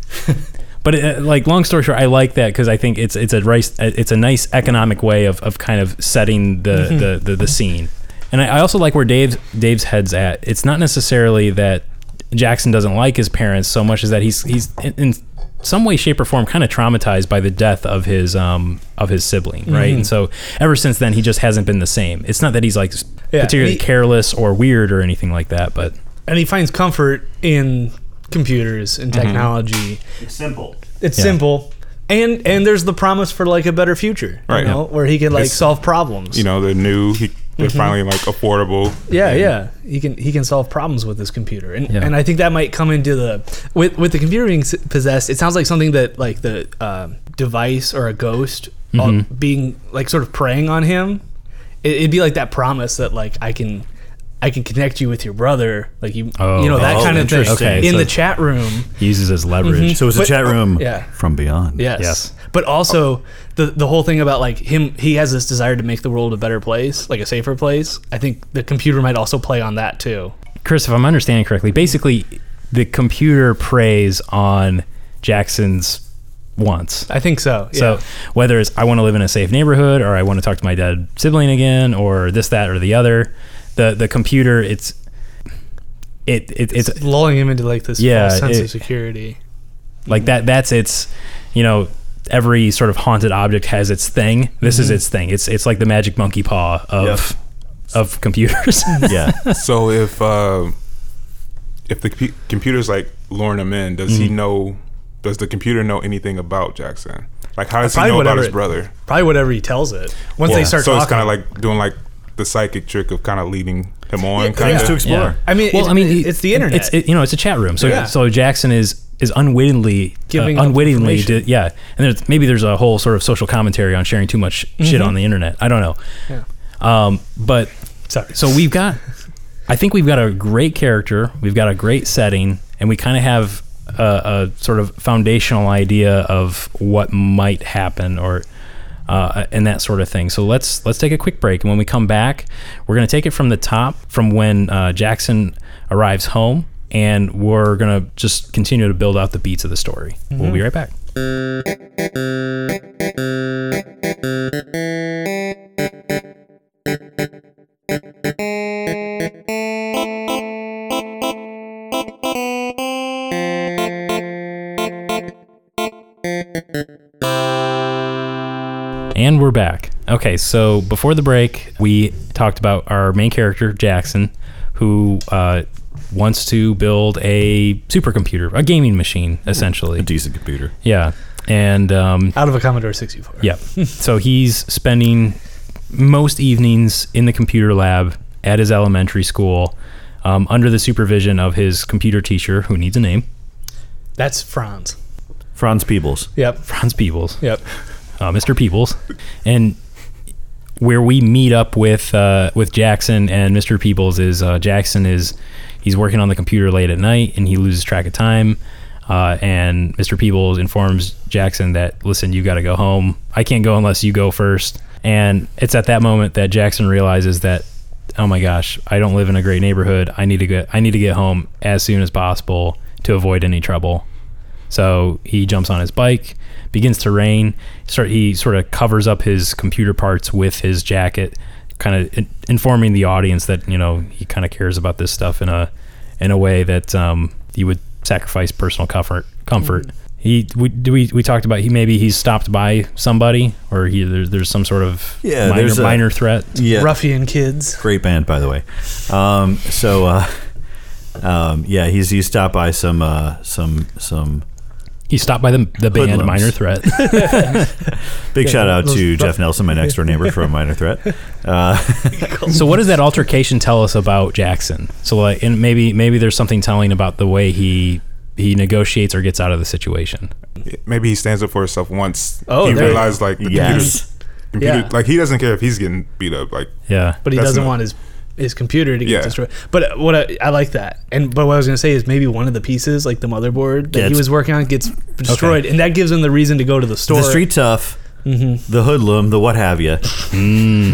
S1: but it, like, long story short, I like that because I think it's it's a rice, uh, it's a nice economic way of, of kind of setting the,
S2: Mm-hmm.
S1: the, the, the scene. And I, I also like where Dave's Dave's head's at. It's not necessarily that Jackson doesn't like his parents so much as that he's he's in, in some way, shape, or form kind of traumatized by the death of his um of his sibling,
S2: Mm-hmm.
S1: right? And so ever since then, he just hasn't been the same. It's not that he's like
S2: Yeah,
S1: particularly
S2: he-
S1: careless or weird or anything like that, but
S2: and he finds comfort in computers and
S3: Mm-hmm.
S2: technology.
S3: It's simple.
S2: It's
S1: Yeah.
S2: simple, and and there's the promise for like a better future,
S4: Right.
S2: You know, where he can like
S4: It's-
S2: solve problems.
S4: [laughs] You know, they're new. He, they're finally like affordable.
S2: Mm-hmm. Yeah,
S4: And
S2: yeah. He can he can solve problems with this computer, and
S1: Yeah.
S2: and I think that might come into the with with the computer being s- possessed. It sounds like something that like the um device or a ghost uh, being like sort of preying on him. It, it'd be like that promise that like I can. I can connect you with your brother, like you,
S1: Oh.
S2: you know that
S3: Oh,
S2: kind of thing,
S3: interesting.
S1: Okay,
S2: in
S1: so-
S2: the chat room.
S1: he uses his
S2: Mm-hmm.
S1: leverage.
S3: So it's a
S2: But-
S3: chat room
S2: yeah.
S3: from beyond.
S2: Yes.
S1: Yes.
S2: But also the the whole thing about like him he has this desire to make the world a better place, like a safer place. I think the computer might also play on that too.
S1: Chris, if I'm understanding correctly, basically the computer preys on Jackson's wants.
S2: I think so. Yeah.
S1: So whether it's I want to live in a safe neighborhood or I want to talk to my dead sibling again or this, that, or the other, the the computer it's it, it it's
S2: it's lulling him into like this
S1: Yeah,
S2: false sense
S1: it-
S2: of security.
S1: like that that's its you know every sort of haunted object has its thing. This is its thing. It's it's like the magic monkey paw of of computers.
S2: [laughs]
S3: Yeah.
S4: So if uh, if the compu- computer's like luring him in, does
S2: Mm-hmm.
S4: he know? Does the computer know anything about Jackson? Like, how does he
S2: Probably
S4: know about
S2: whatever
S4: his
S2: it-
S4: brother?
S2: Probably whatever he tells it. Once they
S4: Yeah.
S2: start
S4: so
S2: talking,
S4: it's kind of like doing like the psychic trick of kind of leading him on. kind
S3: Things to
S4: of.
S3: explore.
S2: I mean,
S1: well,
S2: it-
S1: I mean,
S2: it's the internet.
S1: It's it, you know, it's a chat room. So
S2: Yeah.
S1: so Jackson is is unwittingly
S2: Giving
S1: uh,
S2: up
S1: unwittingly
S2: information.
S1: di- yeah, and there's maybe there's a whole sort of social commentary on sharing too much
S2: Mm-hmm.
S1: shit on the internet. I don't know. Um, but
S2: Sorry.
S1: so we've got, I think we've got a great character. We've got a great setting, and we kind of have a, a sort of foundational idea of what might happen or. Uh, and that sort of thing. So let's let's take a quick break, and when we come back, we're going to take it from the top, from when uh, Jackson arrives home, and we're going to just continue to build out the beats of the story. We'll be right back. And we're back. Okay, so before the break, we talked about our main character, Jackson, who uh, wants to build a supercomputer, a gaming machine, essentially.
S3: Decent computer.
S1: Yeah. And um,
S2: out of a Commodore 64.
S1: yeah. So he's spending most evenings in the computer lab at his elementary school um, under the supervision of his computer teacher, who needs a name,
S2: That's Franz.
S3: Franz Peebles.
S2: Yep.
S1: Franz Peebles.
S2: Yep.
S1: uh, Mr. Peebles, and where we meet up with uh, with Jackson and Mr. Peebles is uh, Jackson is he's working on the computer late at night and he loses track of time. Uh, and Mr. Peebles informs Jackson that listen, you got to go home. I can't go unless you go first. And it's at that moment that Jackson realizes that oh my gosh, I don't live in a great neighborhood. I need to get I need to get home as soon as possible to avoid any trouble. So he jumps on his bike, begins to rain. Start, he sort of covers up his computer parts with his jacket, kind of in- informing the audience that you know he kind of cares about this stuff in a in a way that um, he would sacrifice personal comfort. Comfort. He we, do we we talked about he maybe he's stopped by somebody or he there, there's some sort of
S3: Yeah,
S1: minor,
S3: there's a-
S1: minor threat.
S3: Yeah.
S2: Ruffian kids.
S3: Great band, by the way. Um, so, uh, um, yeah, he's he stopped by some uh, some some
S1: He stopped by the the band
S3: Hoodlums.
S1: Minor
S3: [laughs]
S1: Threat.
S3: big shout out
S2: those-
S3: to Jeff Nelson, my next door neighbor
S2: [laughs]
S3: from Minor Threat. Uh,
S1: So what does that altercation tell us about Jackson? So like, and maybe maybe there's something telling about the way he he negotiates or gets out of the situation.
S4: Maybe he stands up for himself once
S2: Oh,
S4: he
S2: there you
S4: realized like the computer's
S3: Yes,
S4: computer,
S2: Yeah.
S4: like he doesn't care if he's getting beat up. Like
S1: Yeah.
S2: but he
S4: That's
S2: doesn't
S4: not-
S2: want his his computer to get
S4: Yeah.
S2: destroyed. But uh, what I, I like that, and but what I was gonna say is maybe one of the pieces, like the motherboard that he
S3: Gets-
S2: was working on, gets destroyed, and that gives him the reason to go to the store. Mm-hmm.
S3: the street tough. the hoodlum, the what have you,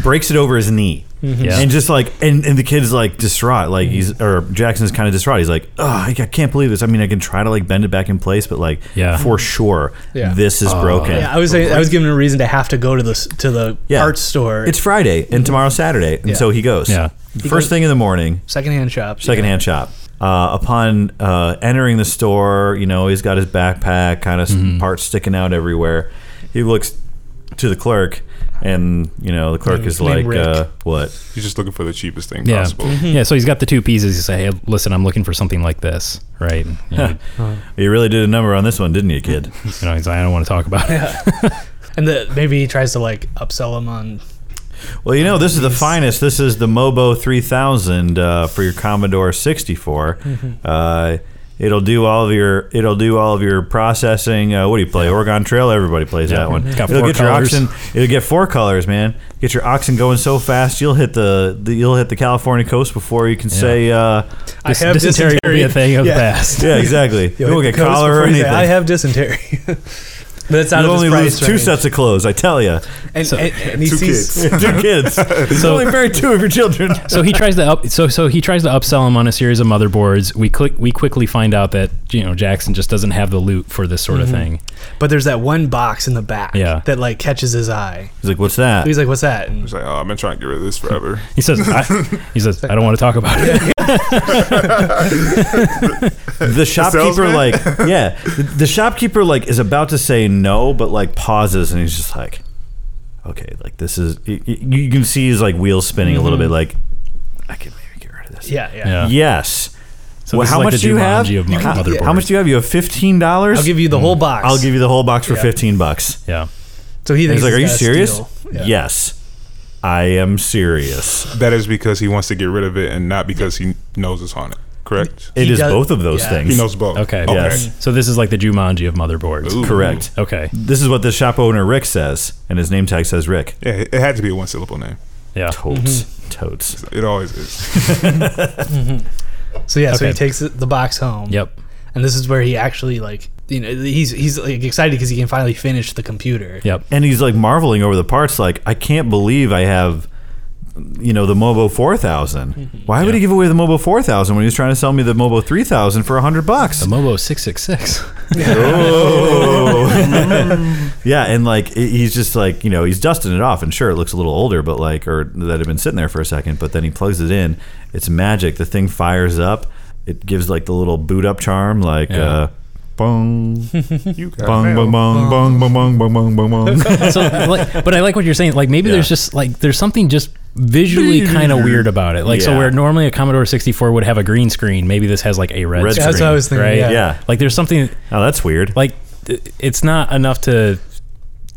S3: breaks it over his knee.
S1: Mm.
S2: Mm-hmm.
S1: Yeah.
S3: And just like, and, and the kid's like distraught. Like he's, or Jackson's kind of distraught. He's like, oh, I I can't believe this. I mean, I can try to like bend it back in place, but like,
S1: Yeah. Oh.
S3: for sure,
S2: Yeah.
S3: this is broken.
S2: Yeah, I was saying, I was giving him a reason to have to go to the s- to the
S3: Yeah.
S2: art store,
S3: It's Friday and tomorrow's Saturday. And
S2: Mm-hmm. Yeah.
S3: so he goes.
S1: Yeah.
S3: First thing in the morning,
S2: secondhand shop.
S3: secondhand shop. Uh, upon uh, entering the store, you know, he's got his backpack, kind of
S2: Mm-hmm.
S3: parts sticking out everywhere. He looks to the clerk, and, you know, the clerk is
S2: name
S3: like,
S2: Rick.
S3: uh, what?
S2: [laughs]
S4: He's just looking for the cheapest thing
S1: Yeah. Mm-hmm.
S4: possible.
S2: Mm-hmm.
S1: Yeah. So he's got the two pieces. He say, hey, listen, I'm looking for something like this, right? And, You
S2: [laughs]
S1: know,
S3: You really did a number on this one, didn't you, kid?
S1: you know, he's like, I don't want to talk about it. [laughs]
S2: And the, maybe he tries to like upsell him on.
S3: Well, you know, this is the finest. This is the Mobo 3000 uh, for your Commodore 64.
S2: [laughs]
S3: Uh, it'll do all of your it'll do all of your processing. Uh, what do you play? Oregon Trail. Everybody plays that one.
S1: Got
S3: it'll
S1: four
S3: get your
S1: colors.
S3: oxen. It'll get four colors, man. Get your oxen going so fast you'll hit the, the you'll hit the California coast before you can say.
S2: [laughs]
S3: Uh,
S1: Dis-
S2: I have
S1: dysentery will be a thing of the
S2: Yeah.
S1: past.
S3: yeah, exactly. You
S2: Yo,
S3: won't
S2: it
S3: get
S2: goes
S3: collar or
S2: before you say,
S3: anything.
S2: I have dysentery. [laughs] but it's out
S3: you
S2: of
S3: only
S2: his
S3: lose
S2: price
S3: two
S2: range.
S3: sets of clothes. I tell [laughs] you,
S2: And, and, and he
S4: Two
S2: sees
S4: kids.
S3: two kids. you only marry two of your children.
S1: so he tries to up so so he tries to upsell him on a series of motherboards. We click we quickly find out that you know Jackson just doesn't have the loot for this
S2: Mm-hmm.
S1: sort of thing.
S2: [laughs] But there's that one box in the back
S1: Yeah.
S2: that like catches his eye.
S3: He's like, "What's that?"
S2: He's like, "What's that?" And
S4: He's like, oh, I've been trying to get rid of this forever.
S1: He says I, he says I don't want to talk about it. [laughs]
S3: the shopkeeper
S4: salesman?
S3: like yeah the, the shopkeeper like is about to say no but like pauses and he's just like okay like this is y- y- you can see his like wheels spinning a little bit like i can maybe get rid of this
S2: Mm-hmm. yeah, yeah,
S1: Yeah.
S3: yes
S1: So
S3: Well,
S1: this is
S3: how
S1: like
S3: much
S1: the
S3: do you have
S1: Jumanji of mo-
S3: how,
S1: motherboards.
S3: how much do you have you have 15 dollars
S2: I'll give you the whole box.
S3: Mm. i'll give you the whole box for
S2: Yeah.
S3: 15 bucks
S1: Yeah.
S2: So he
S3: and
S2: thinks
S3: he's like are you
S2: it's got a
S3: serious
S2: steal.
S3: yes i am serious
S4: That is because he wants to get rid of it and not because he knows it's haunted. Correct?
S3: It is
S2: He does-
S3: both of those
S2: yeah.
S3: things
S4: He knows both.
S1: Okay.
S3: Yes.
S1: So this is like the Jumanji of motherboards.
S4: Ooh.
S3: correct
S1: Okay.
S3: this is what the shop owner rick says and his name tag says rick
S4: Yeah, it it had to be a one syllable name.
S1: Yeah.
S3: totes totes
S4: It always is.
S2: So yeah, so
S1: Okay.
S2: he takes the- the box home.
S1: Yep.
S2: And this is where he actually like, you know, he's he's like excited because he can finally finish the computer.
S1: Yep.
S3: and he's like marveling over the parts like i can't believe i have you know the mobo 4000 why would he give away the mobo 4000 when he was trying to sell me the mobo 3000 for 100 bucks
S1: The Mobo six six six.
S3: Oh. [laughs] yeah and like it- he's just like you know he's dusting it off and sure it looks a little older but like or that had been sitting there for a second but then he plugs it in it's magic the thing fires up it gives like the little boot up charm like
S1: Yeah.
S3: uh bong
S4: You got
S3: bong bong bong bong bong bong bong bong bong
S1: [laughs] so, like, but I like what you're saying. Like maybe there's
S3: Yeah.
S1: just like there's something just visually kind of weird about it. Like so,
S3: Yeah.
S1: where normally a Commodore 64 would have a green screen, maybe this has like a red,
S3: Red
S1: screen.
S2: That's what I was thinking.
S1: Right?
S2: Yeah.
S3: yeah
S1: Like there's something
S3: oh that's weird
S1: like th- it's not enough to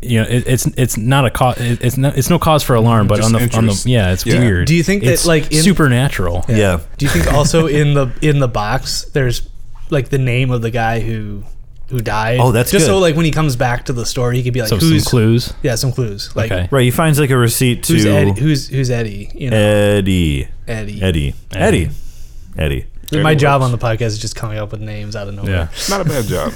S1: you know it, it's it's not a cause it's not it's no cause for alarm but
S4: Just
S1: on the on the
S4: interest.
S1: yeah it's
S4: Yeah.
S1: weird
S2: Do you think that,
S1: it's
S2: like, in-
S1: supernatural
S3: yeah.
S2: Do you think also [laughs] in the in the box there's like the name of the guy who who died?
S3: Oh, that's
S2: just
S3: good.
S2: so like when he comes back to the store, he could be like,
S1: so some
S2: "Who's
S1: clues
S2: yeah, some clues like
S1: okay
S3: Right, he finds like a receipt to
S2: who's Eddie? Who's who's Eddie? You know,
S3: Eddie.
S2: Eddie.
S3: Eddie.
S1: Eddie.
S3: Eddie. Eddie.
S2: My
S4: Eddie
S2: job
S4: works.
S2: on the podcast is just coming up with names out of nowhere.
S1: yeah
S4: Not a bad job.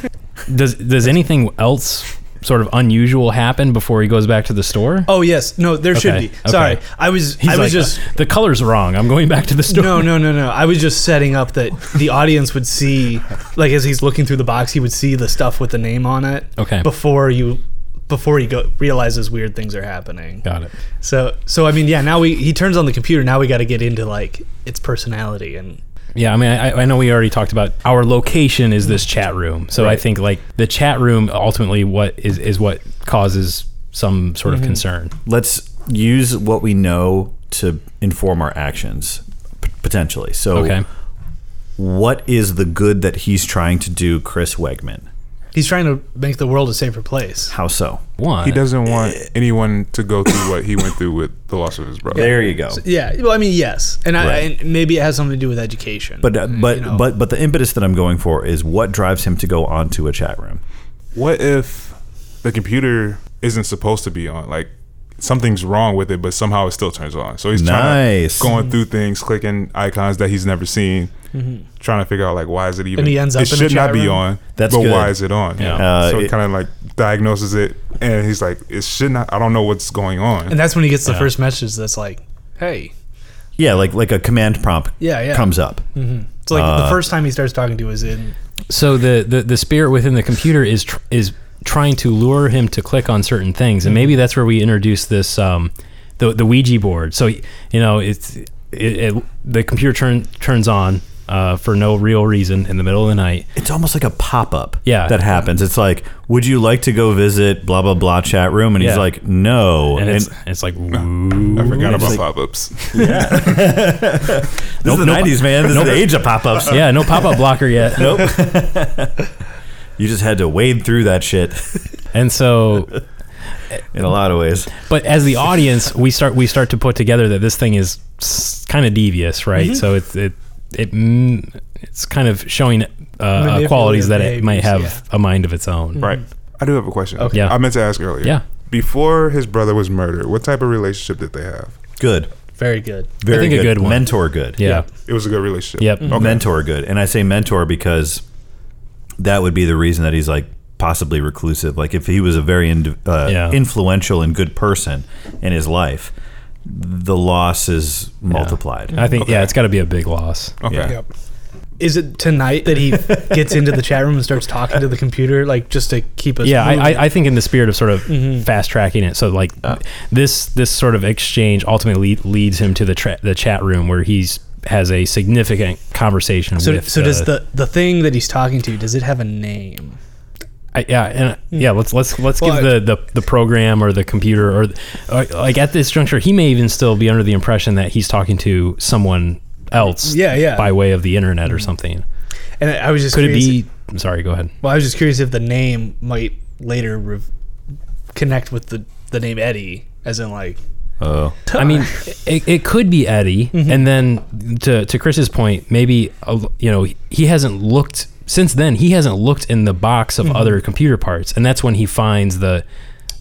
S1: does does anything else sort of unusual happen before he goes back to the store
S2: Oh yes, no, there should
S1: Okay,
S2: be. Sorry,
S1: okay.
S2: I was
S1: He's
S2: I
S1: like, uh,
S2: was just
S1: the color's wrong I'm going back to the [laughs] store
S2: no no no no. I was just setting up that the audience would see like as he's looking through the box, he would see the stuff with the name on it.
S1: Okay.
S2: Before you, before he go realizes weird things are happening.
S1: got it
S2: So so I mean yeah, now we he turns on the computer. Now we got to get into like its personality and
S1: Yeah, I mean, I, I know we already talked about our location is this chat room, so I think like the chat room ultimately what is is what causes some sort
S2: Mm-hmm.
S1: of concern.
S3: Let's use what we know to inform our actions p- potentially. So
S1: Okay,
S3: what is the good that he's trying to do Chris Wegman?
S2: he's trying to make the world a safer place.
S3: How so?
S1: one
S4: He doesn't want anyone to go through what he went through with the loss of his brother.
S3: There you go.
S2: Yeah, well, I mean, yes, and I,
S3: Right.
S2: and maybe it has something to do with education.
S3: But uh, but
S2: you know.
S3: but but the impetus that I'm going for is what drives him to go onto a chat room.
S4: What if the computer isn't supposed to be on? Like something's wrong with it, but somehow it still turns on. So he's trying
S3: Nice.
S4: to going through things, clicking icons that he's never seen, trying to figure out like why is it even?
S2: Mm-hmm. he ends up
S4: it
S2: in a
S4: should
S2: chat
S4: not be
S2: room?
S4: on.
S3: That's
S4: but
S3: good.
S4: why is it on?
S1: Yeah.
S3: Uh,
S4: so it,
S3: it-
S4: kind of like diagnoses it and he's like, "It should not." I don't know what's going on.
S2: And that's when he gets the first message that's like, hey.
S3: Yeah, like like a command prompt
S2: Yeah, yeah.
S3: comes up.
S2: It's like
S1: Uh.
S2: the first time he starts talking to is in.
S1: So the, the, the spirit within the computer is tr- is trying to lure him to click on certain things, and maybe that's where we introduce this um, the the Ouija board. So you know it's it, it, the computer turn, turns on uh, for no real reason in the middle of the night.
S3: It's almost like a pop up
S1: Yeah.
S3: that happens. It's like, would you like to go visit blah blah blah chat room? And
S1: Yeah.
S3: he's like, no.
S1: And
S3: And,
S1: it's, it's like, "Ooh."
S4: I forgot
S1: It's like-
S4: about pop
S2: [laughs]
S4: ups.
S3: this is the
S1: nope.
S3: '90s, man. This is the age of pop [laughs] ups.
S1: yeah, no pop up blocker yet.
S3: Nope. you just had to wade through that shit
S1: And so
S3: in a lot of ways.
S1: but as
S2: [laughs]
S1: the audience, we start we start to put together that this thing is kind of devious, right?
S2: Mm-hmm.
S1: So it's it it mm, it's kind of showing uh, uh,
S2: Manipulative
S1: qualities that it might have
S2: behaviors,
S1: a mind of its own.
S4: Right. I do have a question.
S2: Okay.
S1: Yeah.
S4: I meant to ask earlier.
S1: Yeah.
S4: Before his brother was murdered, what type of relationship did they have?
S3: Good.
S2: Very good.
S3: Very
S1: think a good
S3: good.
S1: one.
S3: Mentor good.
S1: Yeah.
S4: It was a good relationship.
S1: Yep.
S2: Mm-hmm.
S4: Okay.
S3: mentor good. And I say mentor because that would be the reason that he's like possibly reclusive. Like if he was a very ind- uh,
S1: Yeah.
S3: influential and good person in his life, the loss is multiplied.
S1: I think yeah, it's got to be a big loss.
S4: Okay.
S3: Yeah.
S2: Yep. Is it tonight
S1: [laughs]
S2: that he gets into the chat room and starts talking to the computer, like just to keep us?
S1: Yeah, I,
S2: moving?
S1: I, I think in the spirit of sort of
S2: Mm-hmm.
S1: fast tracking it, so like this this sort of exchange ultimately leads him to the tra- the chat room where he's has a significant conversation
S2: so
S1: with
S2: so does the the thing that he's talking to does it have a name?
S1: I, yeah, and
S2: Hmm.
S1: yeah. Let's let's let's
S2: Well,
S1: give the, the the program or the computer or, or like at this juncture, he may even still be under the impression that he's talking to someone else.
S2: Yeah, yeah. Hmm.
S1: By way of the internet or something.
S2: And I I was just
S1: Could it
S2: curious-
S1: be? I'm sorry. Go ahead.
S2: Well, I was just curious if the name might later re- connect with the the name Eddie, as in like
S3: Oh.
S1: I
S2: [sighs]
S1: mean, it, it could be Eddie,
S2: Mm-hmm.
S1: and then to to Chris's point, maybe uh, you know he hasn't looked since then. He hasn't looked in the box
S2: Mm-hmm.
S1: of other computer parts, and that's when he finds the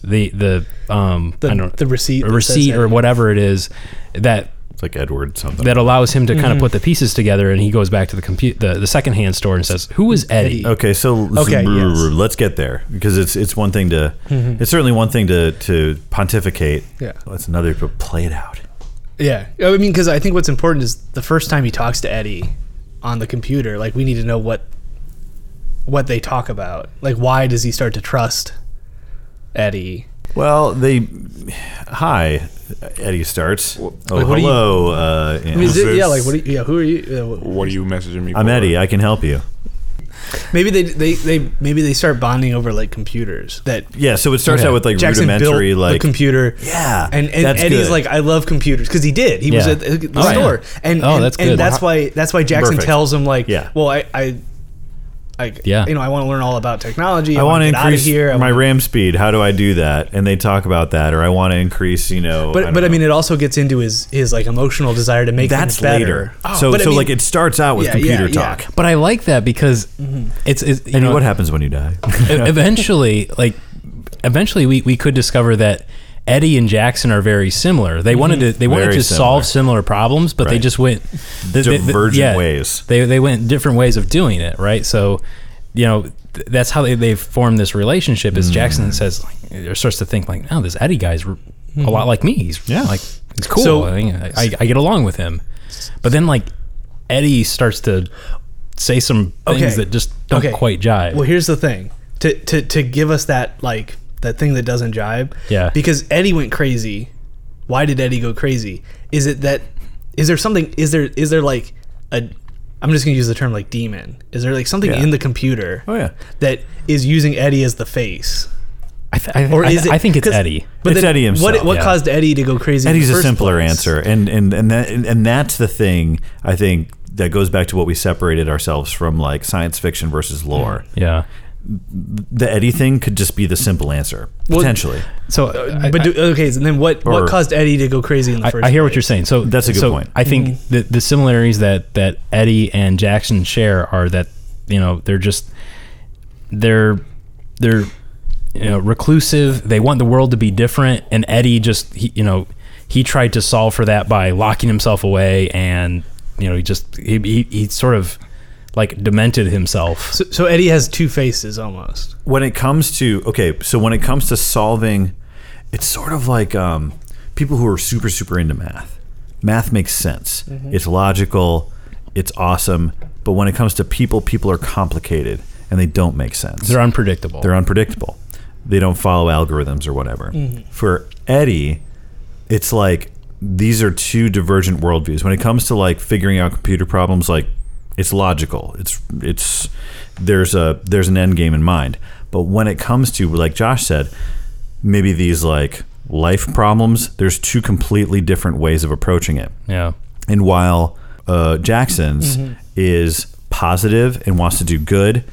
S1: the the um I
S2: the,
S1: don't
S2: the receipt,
S1: a
S2: that says
S1: receipt or
S2: Eddie.
S1: whatever it is that
S3: It's like Edward something.
S1: that allows him to kind of put the pieces together and he goes back to the compu- the, the secondhand store and says who is eddie
S3: Okay, so
S2: Okay, yes. Mm-hmm.
S3: let's get there because it's it's one thing to it's certainly one thing to to pontificate.
S2: Yeah.
S3: it's another to play it out.
S2: Yeah, I mean, because I think what's important is the first time he talks to Eddie on the computer. Like, we need to know what what they talk about. Like, why does he start to trust Eddie?
S3: Well, they hi Eddie starts. oh,
S2: what do you-
S3: hello. uh, and-
S2: I mean, is it,
S4: Who's
S2: yeah,
S4: this?
S2: like, what? Are you, yeah, who are you? Uh, what-
S4: What are you messaging me?
S3: I'm
S4: for?
S3: Eddie. I can help you.
S2: maybe they, they they maybe they start bonding over like computers. That
S3: Yeah, so it starts
S1: Okay.
S3: out with like
S2: Jackson built
S3: rudimentary,
S2: the
S3: like
S2: computer.
S3: Yeah,
S2: and and
S3: that's
S2: Eddie's
S3: good.
S2: like, I love computers because he did. He was
S1: Yeah.
S2: at the the
S1: Oh, yeah.
S2: store, and
S1: Oh,
S2: and-
S1: that's
S2: and
S1: good.
S2: that's why that's why Jackson
S3: Perfect.
S2: tells him like,
S3: Yeah.
S2: well, I. I like,
S1: Yeah.
S2: you know, I want to learn all about technology.
S3: I want to
S2: get out of
S3: increase
S2: here. I
S3: my
S2: wanna-
S3: RAM speed. How do I do that? And they talk about that, or I want to increase, you know.
S2: But
S3: don't
S2: but I
S3: know.
S2: mean, it also gets into his his like emotional desire to make
S3: that's
S2: things better. Oh.
S3: later. so
S2: But I
S3: so
S2: mean-
S3: like it starts out with
S2: Yeah,
S3: computer
S2: yeah,
S3: talk.
S2: yeah.
S1: but i like that because it's, it's you know
S3: What happens when you die? [laughs]
S1: e- eventually like eventually we, we could discover that eddie and jackson are very similar they wanted to they wanted
S3: Mm-hmm. Very
S1: to
S3: similar.
S1: solve similar problems but they
S3: Right.
S1: just went they, they- they-
S3: Divergent ways.
S1: they, they went different ways of doing it right so you know th- that's how they, they've formed this relationship is
S3: Mm.
S1: jackson says like, or starts to think like oh this eddie guy's r a lot like me he's
S3: Mm-hmm. Yeah.
S1: like it's cool
S2: So-
S1: I, think I, I get along with him but then like eddie starts to say some things
S2: Okay.
S1: that just don't quite jive
S2: Well, here's the thing to to to give us that like that thing that doesn't jibe.
S1: Yeah.
S2: Because Eddie went crazy. Why did Eddie go crazy? Is it that? Is there something? Is there is there like a? I'm just gonna use the term like demon. Is there like something
S3: Yeah.
S2: in the computer
S3: oh yeah,
S2: that is using Eddie as the face?
S1: I, th- I,
S2: Or
S1: I-
S2: is it?
S1: I think it's
S2: 'cause-
S1: Eddie.
S2: But
S3: It's
S2: then
S3: Eddie himself,
S2: What, what
S1: yeah.
S2: caused Eddie to go crazy? in the
S3: Eddie's a
S2: first
S3: simpler
S2: place?
S3: answer, and and and that and, and that's the thing I think that goes back to what we separated ourselves from, like science fiction versus lore.
S1: Yeah.
S3: The Eddie thing could just be the simple answer potentially.
S1: So, I,
S2: But do, okay, so then what?
S3: Or-
S2: what caused Eddie to go crazy in Uh, the
S1: I,
S2: first?
S1: I hear
S2: place? Mm-hmm.
S1: what you're saying. So
S3: That's a good
S1: so
S3: point.
S1: I think the the similarities that that Eddie and Jackson share are that you know they're just they're they're you know reclusive. They want the world to be different, and Eddie just he, you know he tried to solve for that by locking himself away, and you know he just he he, he sort of like demented himself.
S2: So, so Eddie has two faces almost.
S3: when it comes to okay, so when it comes to solving, it's sort of like um, people who are super super into math. Math makes sense.
S2: Mm-hmm.
S3: It's logical. It's awesome. But when it comes to people, people are complicated and they don't make sense.
S1: They're unpredictable.
S3: They're unpredictable. They don't follow algorithms or whatever. For Eddie, it's like these are two divergent worldviews. When it comes to like figuring out computer problems, like it's logical. It's it's there's a there's an end game in mind. But when it comes to like Josh said, maybe these like life problems, there's two completely different ways of approaching it.
S1: yeah.
S3: And while uh, Jackson's is positive and wants to do good,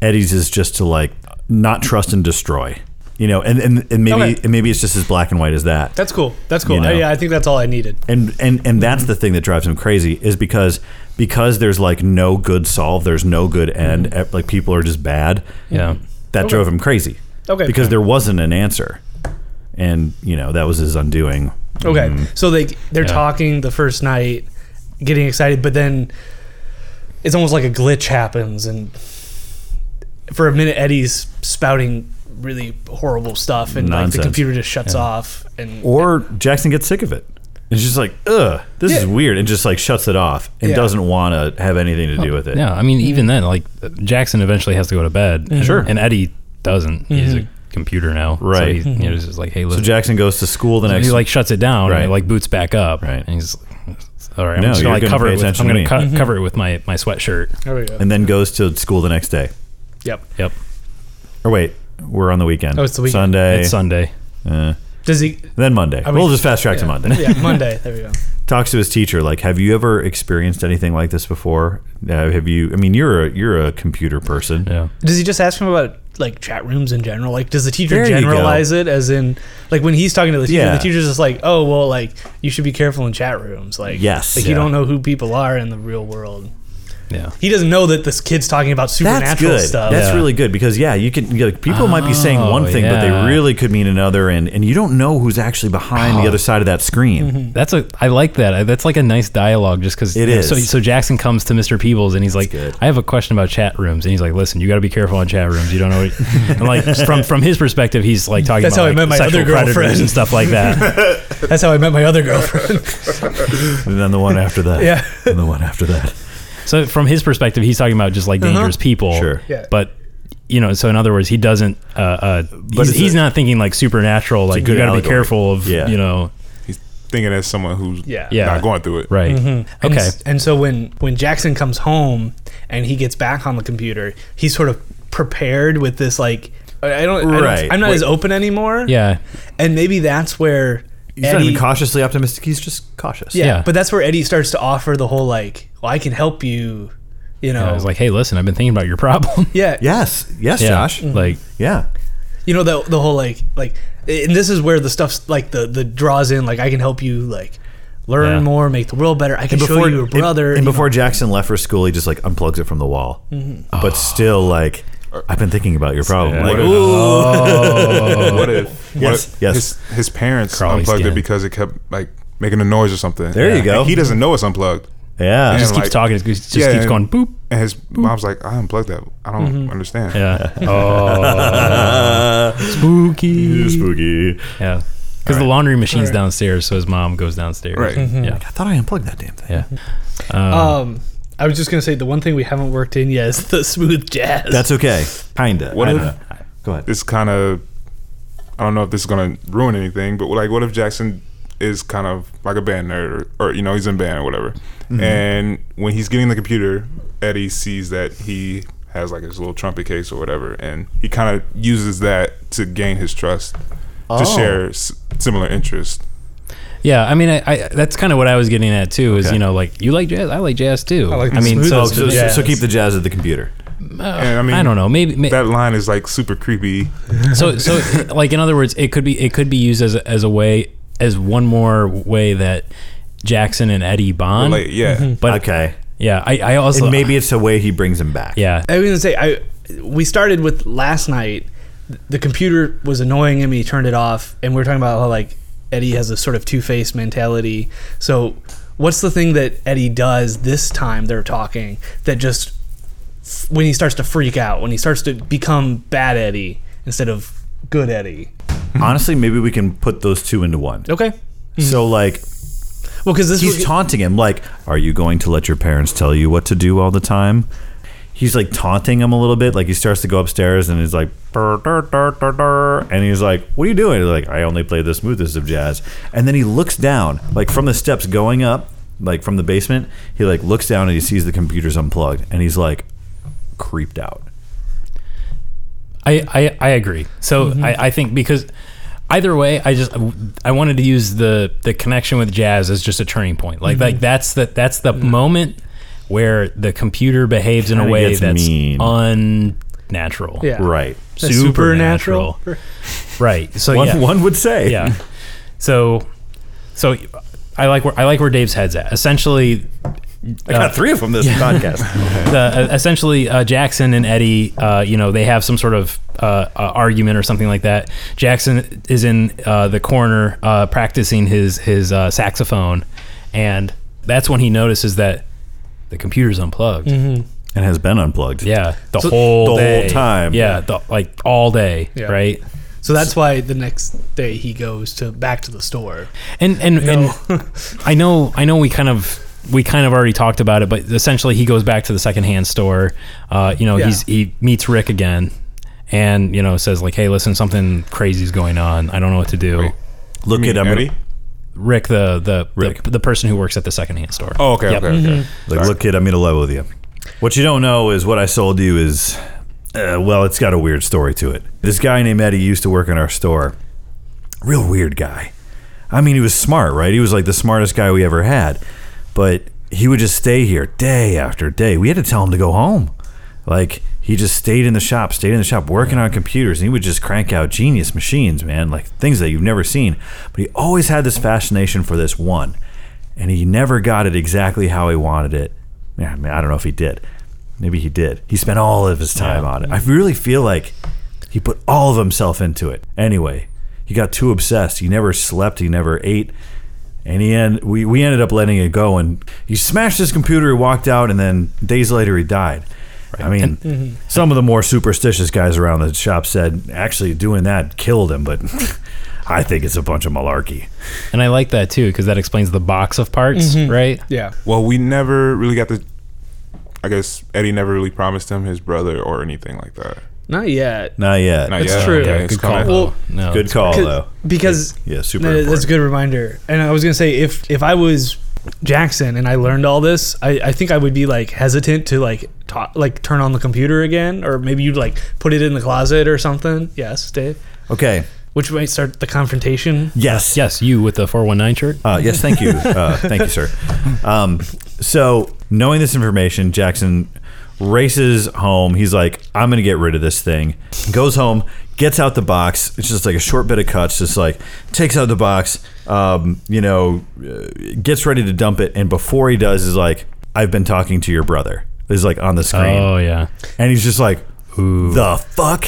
S3: Eddie's is just to like not trust and destroy. You know, and, and, and maybe
S2: Okay.
S3: and maybe it's just as black and white as that.
S2: That's cool. That's cool.
S3: You know.
S2: yeah, I think that's all I needed.
S3: and and and that's the thing that drives him crazy is because because there's like no good solve, there's no good end. eh, Like people are just bad.
S1: Yeah.
S3: That drove him crazy.
S2: Okay.
S3: Because there wasn't an answer. And, you know, that was his undoing.
S2: Okay,
S3: Mm-hmm.
S2: so they they're
S1: Yeah.
S2: talking the first night, getting excited, but then it's almost like a glitch happens, and for a minute Eddie's spouting really horrible stuff, and like
S3: Nonsense.
S2: the computer just shuts off, and
S3: or Jackson gets sick of it. It's just like, ugh, this is
S2: Yeah.
S3: weird, and just like shuts it off and
S2: Yeah.
S3: doesn't want to have anything to
S2: Oh,
S3: do with it.
S1: Yeah, I
S2: Hmm.
S1: mean, even then, like Jackson eventually has to go to bed.
S3: Sure.
S1: And Eddie doesn't. He's
S2: Mm-hmm.
S1: a computer now,
S3: Right.
S1: So he, you know, he's just like, hey,
S3: So
S1: listen.
S3: Jackson goes to school the next.
S1: he like shuts it down and
S3: Right.
S1: it like boots back up.
S3: Right.
S1: And he's like, all right, I'm
S3: No,
S1: just gonna
S3: you're
S1: like
S3: gonna
S1: cover
S3: pay
S1: it. With, I'm
S3: attention to
S1: gonna
S3: me.
S1: co-
S2: Mm-hmm.
S1: cover it with my my sweatshirt.
S2: there we go.
S3: and then goes to school the next day.
S2: yep.
S1: Yep.
S3: Or wait, we're on the weekend.
S2: Oh, it's the weekend.
S3: Sunday.
S1: It's Sunday.
S3: uh,
S2: Does he?
S3: then Monday.
S2: mean-
S3: we'll just fast track to Monday.
S2: Yeah, Monday. There we go.
S3: [laughs] Talks to his teacher. Like, have you ever experienced anything like this before? Uh, have you? I mean, you're a you're a computer person.
S1: Yeah.
S2: Does he just ask him about like chat rooms in general? Like, does the teacher
S3: There you go.
S2: generalize it as in, like, when he's talking to the teacher,
S3: Yeah.
S2: the teacher's just like, "Oh, well, like, you should be careful in chat rooms. Like,
S3: Yes.
S2: like
S3: Yeah.
S2: you don't know who people are in the real world.
S1: Yeah.
S2: He doesn't know that this kid's talking about
S3: That's
S2: supernatural
S3: good.
S2: stuff.
S3: That's
S1: Yeah.
S3: really good because yeah, you can. You know, people might be saying one
S1: Oh,
S3: thing, but
S1: yeah.
S3: they really could mean another, and and you don't know who's actually behind the other side of that screen.
S1: That's a. I like that. I- That's like a nice dialogue, just because
S3: It is.
S1: So, so Jackson comes to Mr. Peebles and he's like,
S3: good.
S1: "I have a question about chat rooms," and he's like, "Listen, you got to be careful on chat rooms. You don't know." What,
S3: [laughs]
S1: and like from from his perspective, he's like talking
S2: That's
S1: about
S2: how I
S1: like,
S2: met my
S1: sexual
S2: other
S1: predators
S2: girlfriend.
S1: and stuff like that.
S2: That's how I met my
S3: [laughs]
S2: other girlfriend. [laughs]
S3: and then the one after that. [laughs]
S2: Yeah.
S3: And the one after that.
S1: so from his perspective, he's talking about just like dangerous people.
S3: Sure.
S2: Uh-huh. Yeah.
S1: But you know, so in other words, he doesn't. Uh, uh, he's,
S3: it's
S1: he's
S3: a-
S1: not thinking like supernatural. Like you
S3: good
S1: got to be
S3: allegory.
S1: careful of.
S3: Yeah.
S1: You know.
S4: He's thinking as someone who's
S2: Yeah.
S1: Yeah.
S4: not going through it.
S1: Right.
S2: Mm-hmm. And
S1: Okay.
S2: s- And, so when when Jackson comes home and he gets back on the computer, he's sort of prepared with this like I I don't. I
S3: Right.
S2: am not
S3: Wait.
S2: as open anymore.
S1: Yeah.
S2: And maybe that's where
S3: He's not even cautiously optimistic. He's just cautious.
S2: Yeah,
S1: Yeah.
S2: but that's where Eddie starts to offer the whole like, "Well, I can help you," you know.
S1: I was like, "Hey, listen, I've been thinking about your
S3: [laughs]
S1: problem."
S2: yeah,
S3: Yes. Yes, Josh.
S1: Like.
S3: yeah.
S2: you know the the whole like like, and this is where the stuff's like the the draws in like, "I can help you like learn
S1: Yeah.
S2: more, make the world better. I can show you your
S3: and-
S2: brother."
S3: And,
S2: you know.
S3: before Jackson left for school, he just like unplugs it from the wall. But still, like, I've been thinking about your problem.
S1: Yeah.
S3: Like,
S4: What if, what if, what
S3: Yes,
S4: if
S3: Oh. yes.
S4: His, his parents
S1: Crawly
S4: unplugged
S1: skin.
S4: it because it kept like making a noise or something.
S3: There you
S4: And
S3: go.
S4: he doesn't know it's unplugged.
S3: yeah.
S1: just
S4: And,
S1: keeps
S4: like-
S1: talking. It just
S4: Yeah,
S1: keeps
S4: and-
S1: going boop.
S4: And his mom's like, I unplugged that. I don't
S3: [laughs]
S4: understand.
S1: Yeah. Oh.
S3: Ooh,
S1: Spooky.
S3: spooky.
S1: Yeah. Because the laundry machine's downstairs, so his mom goes downstairs.
S4: Right.
S1: Yeah.
S3: I thought I unplugged that damn thing.
S1: Yeah.
S2: um, I was just gonna say the one thing we haven't worked in yet is the [laughs] smooth jazz.
S3: That's okay. Kinda.
S4: What
S3: I
S4: if-
S3: don't know. Go ahead.
S4: This kind of, I don't know if this is going to ruin anything, but like, what if Jackson is kind of like a band nerd or, or you know, he's in band or whatever. And when he's getting the computer, Eddie sees that he has like his little trumpet case or whatever. And he kind of uses that to gain his trust to share s- similar interests.
S1: Yeah. I mean, I, I that's kind of what I was getting at too. Is you know, like you like jazz, I like jazz too. I
S2: like the
S1: I mean, so,
S2: smoothness
S1: so
S2: of
S3: So,
S2: Yeah.
S3: so keep the jazz at the computer.
S4: And I mean,
S1: Uh, I don't know. Maybe, may
S4: That line is like super creepy.
S1: so so [laughs] like in other words, it could be it could be used as a, as a way as one more way that Jackson and Eddie bond.
S4: Like, yeah.
S1: But
S3: Okay.
S1: yeah, I, I also
S3: And maybe it's a way he brings him back.
S1: yeah.
S2: I was gonna say I we started with last night. The computer was annoying him. He turned it off, and we were talking about how like Eddie has a sort of two faced mentality. So, what's the thing that Eddie does this time? They're talking that just f- when he starts to freak out, when he starts to become bad Eddie instead of good Eddie.
S1: Mm-hmm.
S3: Honestly, maybe we can put those two into one.
S2: Okay.
S3: So like
S2: Well, because this
S3: he's
S2: was,
S3: taunting him like are you going to let your parents tell you what to do all the time he's like taunting him a little bit like he starts to go upstairs and he's like "Dur, dur, dur, dur, dur," and he's like what are you doing He's like i only play the smoothest of jazz and then he looks down like from the steps going up like from the basement he like looks down and he sees the computer's unplugged and he's like creeped out
S1: I, I, I agree. So
S2: Mm-hmm.
S1: I, I think because either way, I just I wanted to use the the connection with jazz as just a turning point.
S2: Mm-hmm.
S1: Like like that's the that's the moment where the computer behaves in a
S3: Kinda
S1: way
S3: gets
S1: that's
S3: mean.
S1: unnatural.
S2: Yeah.
S3: right
S2: That's
S1: supernatural. Right. So
S3: one,
S1: yeah.
S3: one would say
S1: yeah. So so I like where I like where Dave's head's at. Essentially
S3: [laughs]
S1: uh,
S3: i got three of them
S1: [laughs]
S3: this podcast
S1: the, essentially uh, Jackson and Eddie, uh, you know, they have some sort of uh, uh, argument or something like that. Jackson is in uh, the corner uh, practicing his his uh, saxophone, and that's when he notices that the computer's unplugged.
S3: and has been unplugged
S1: Yeah, the whole
S3: Mm-hmm. the whole
S1: day.
S3: time.
S1: Yeah, the, like all day.
S2: Yeah.
S1: Right.
S2: So that's why the next day he goes to back to the store.
S1: And and, and I know I know we kind of we kind of already talked about it, but essentially he goes back to the secondhand store. Uh, you know,
S2: Yeah.
S1: he's he meets Rick again, and you know says like, "Hey, listen, something crazy's going on. I don't know what to do."
S3: look
S4: mean,
S3: at him
S4: Eddie?
S1: Rick, the the,
S3: Rick.
S1: the the person who works at the secondhand store.
S4: Oh, okay,
S1: Yep. Mm-hmm.
S4: okay, okay.
S3: Like, look, kid, I'm in love with you. What you don't know is what I sold you is, uh, well, it's got a weird story to it. This guy named Eddie used to work in our store. Real weird guy. I mean, he was smart, right? He was like the smartest guy we ever had. But he would just stay here day after day. We had to tell him to go home. Like, he just stayed in the shop, stayed in the shop, working on computers, and he would just crank out genius machines, man, like things that you've never seen. But he always had this fascination for this one and he never got it exactly how he wanted it. Yeah, I mean, I don't know if he did. Maybe he did. He spent all of his time on it. I really feel like he put all of himself into it. Anyway, he got too obsessed. He never slept. He never ate. And he end, we, we ended up letting it go. And he smashed his computer. He walked out, and then days later, he died. I mean, some of the more superstitious guys around the shop said actually doing that killed him, but [laughs] I think it's a bunch of malarkey.
S1: And I like that too because that explains the box of parts, right?
S2: Yeah.
S4: Well, we never really got the. I guess Eddie never really promised him his brother or anything like that.
S2: Not yet.
S3: Not yet.
S4: Not
S2: It's
S4: yet.
S2: true.
S4: Okay,
S2: Yeah,
S4: it's
S1: good call.
S4: coming.
S2: Well,
S1: though. No,
S3: Good
S1: it's-
S3: call,
S2: 'Cause-
S3: though.
S2: Because
S3: Yeah, super
S2: that- that's a
S3: important.
S2: good reminder. And I was gonna say if if I was Jackson and I learned all this, I, I think I would be like hesitant to like talk, like turn on the computer again, or maybe you'd like put it in the closet or something. Yes, Dave.
S3: Okay.
S2: Which might start the confrontation.
S3: Yes.
S1: Yes, you with the four one nine shirt.
S3: Uh, yes. Thank you. Uh, thank you, sir. Um, so, knowing this information, Jackson races home. He's like, "I'm gonna get rid of this thing." Goes home, gets out the box. It's just like a short bit of cuts. Just like takes out the box. Um, you know, uh, gets ready to dump it, and before he does, is like, "I've been talking to your brother." Is like on the screen.
S1: Oh yeah.
S3: and he's just like the fuck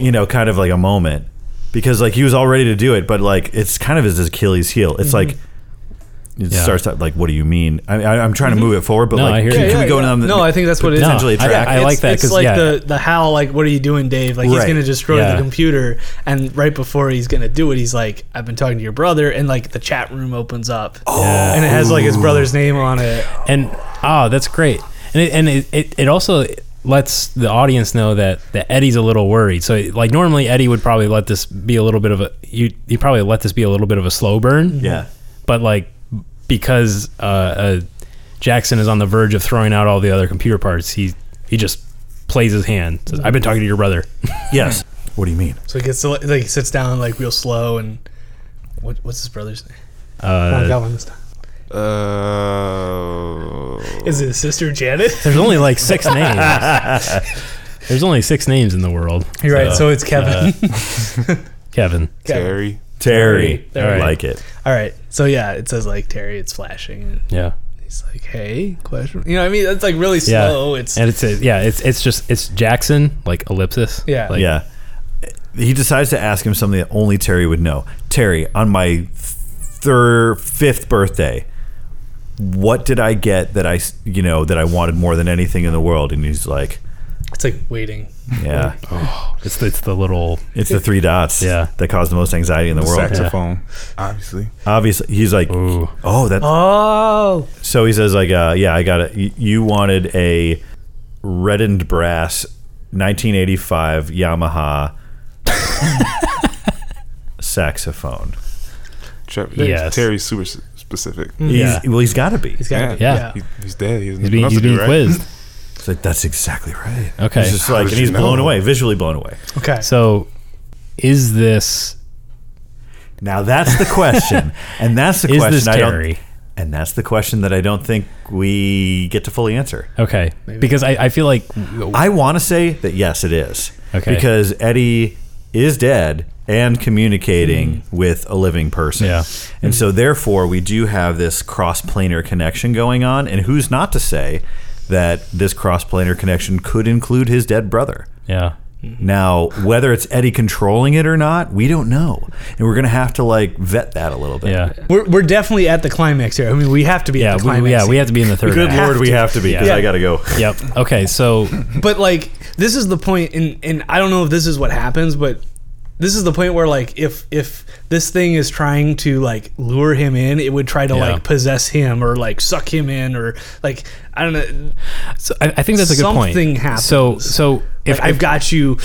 S3: you know kind of like a moment because like he was all ready to do it but like it's kind of his achilles heel
S2: Mm-hmm.
S3: it's like it
S1: Yeah.
S3: starts to, like what do you mean i, I i'm
S2: Mm-hmm.
S3: trying to move it forward but
S1: No, I
S3: like
S1: hear
S3: can,
S1: you.
S3: can
S2: Yeah,
S3: we go
S2: yeah,
S3: down the
S2: No, I think that's what it is.
S3: potentially
S1: No, I-
S3: attract
S1: I
S3: it.
S1: like
S2: It's-
S1: that
S2: It's
S1: 'cause,
S2: like
S1: yeah.
S2: the the how like what are you doing, Dave? Like he's
S3: Right.
S2: gonna destroy
S1: Yeah.
S2: the computer, and right before he's gonna do it, he's like, "I've been talking to your brother," and like the chat room opens up,
S1: Oh.
S2: and it has like his brother's name on it.
S1: and ah, that's great. And it, and it, it, it also lets the audience know that, that Eddie's a little worried. So like normally Eddie would probably let this be a little bit of a you you probably let this be a little bit of a slow burn.
S3: yeah
S1: But like because uh, uh, Jackson is on the verge of throwing out all the other computer parts, he he just plays his hand. Says, I've been talking to your brother.
S3: yes
S2: Mm-hmm.
S3: what do you mean
S2: So he gets to, like he sits down like real slow and what, what's his brother's name? Oh, I
S1: Uh,
S2: got one this time.
S4: Uh,
S2: Is it his sister Janet? [laughs]
S1: there's only like six names. There's only six names in the world.
S2: You're right. So
S1: Uh,
S2: it's Kevin. [laughs]
S1: Kevin.
S2: Kevin.
S4: Terry.
S3: terry i
S2: Terry.
S1: Alright.
S3: like it
S2: All right. So yeah, it says like Terry. It's flashing. And
S1: Yeah.
S2: he's like, hey, question. You know what I mean? It's like really
S1: Yeah.
S2: slow. It's
S1: And it's a, yeah, it's it's just it's Jackson like ellipsis.
S2: Yeah.
S1: Like,
S3: yeah he decides to ask him something that only terry would know terry on my third fifth birthday what did i get that i s- you know that i wanted more than anything in the world and he's like
S2: It's like waiting.
S3: Yeah,
S1: It's the, it's the little
S3: it's the three dots.
S1: Yeah.
S3: that cause the most anxiety in the,
S4: The
S3: world.
S4: saxophone, obviously.
S3: Obviously, he's like, oh, that.
S2: Oh,
S3: So he says, like, uh, yeah, I got it. Y- You wanted a reddened brass 1985 Yamaha saxophone.
S4: Trev-
S1: Yes.
S4: Terry's super s- specific.
S1: Yeah.
S3: He's, well, he's got to be.
S2: he's got
S1: Yeah.
S4: He, he's dead. He
S1: he's being, he's being
S3: [laughs]
S1: quizzed.
S3: It's like that's exactly right.
S1: Okay.
S3: He's just like,
S4: did
S3: and he's
S4: you
S3: blown
S4: know?
S3: away, visually blown away.
S2: Okay.
S1: So, is this
S3: Now that's the
S1: [laughs]
S3: question, and that's the
S1: is
S3: question.
S1: this
S3: I don't-
S1: Terry?
S3: and that's the question that I don't think we get to fully answer.
S1: Okay, because I, I feel like
S3: I want to say that yes, it is.
S1: Okay.
S3: Because Eddie is dead and communicating with a living person.
S1: Mm-hmm. Yeah.
S3: And so, therefore, we do have this cross planar connection going on. And who's not to say that this cross planar connection could include his dead brother?
S1: yeah,
S3: Now, whether it's Eddie controlling it or not, we don't know. And we're going to have to like vet that a little bit.
S1: yeah,
S2: We're, we're definitely at the climax here. I mean, we have to be
S1: yeah.
S2: at the
S1: We,
S2: climax.
S1: we- yeah, we
S2: here.
S1: have to be in the third.
S3: Good
S1: act.
S3: Lord, we have to be because
S1: Yeah.
S3: I got to go.
S1: Yep. Okay. So
S2: But like, this is the point, and and I don't know if this is what happens, but this is the point where like, if if this thing is trying to like lure him in, it would try to
S1: Yeah.
S2: like possess him or like suck him in or like I don't know.
S1: So I, I think that's a good point.
S2: Something happens.
S1: So so if
S2: Like, I've got you,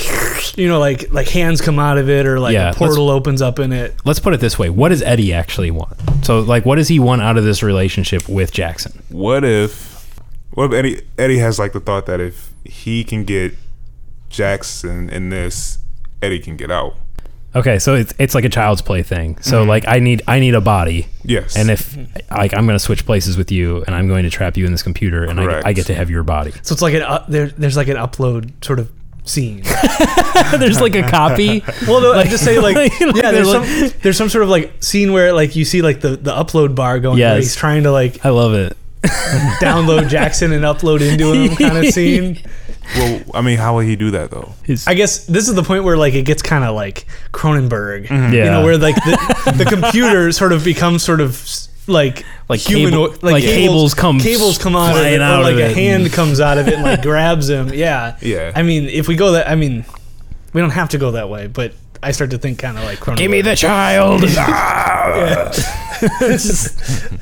S2: you know, like like hands come out of it or like
S1: Yeah,
S2: a
S1: let's-
S2: portal opens up in it.
S1: let's put it this way, what does Eddie actually want? So like, what does he want out of this relationship with Jackson?
S4: What if? What if Eddie? Eddie has like the thought that if he can get Jackson in this, Eddie can get out.
S1: Okay, so it's it's like a child's play thing. So
S2: Mm-hmm.
S1: like, I need I need a body,
S4: Yes.
S1: and if like I'm going to switch places with you, and I'm going to trap you in this computer, and I,
S4: Correct.
S1: I get to have your
S2: [laughs]
S1: body.
S2: So it's like an up there. There's like an upload sort of
S1: [laughs]
S2: scene.
S1: There's like a copy.
S2: Well, no, I'm just
S1: [laughs]
S2: saying, like, yeah, there's
S1: like-
S2: some there's some sort of like scene where like you see like the the upload bar going. where
S1: Yes.
S2: he's trying to
S1: [laughs]
S2: like
S1: I love it. [laughs]
S2: download Jackson and upload into him kind of scene.
S4: well, I mean, how would he do that though?
S2: I guess this is the point where like it gets kind of like Cronenberg,
S1: Yeah.
S2: you know, where like the, the computer sort of becomes sort of s- like
S1: Like cable- like cables come
S2: cables come out of
S1: flying
S2: it,
S1: out
S2: or like
S1: of
S2: a
S1: it.
S2: hand comes out of it and like grabs him. Yeah,
S4: Yeah.
S2: I mean, if we go that, I mean, we don't have to go that way, but I start to think kind of like Cronenberg.
S1: Give me the [laughs] child.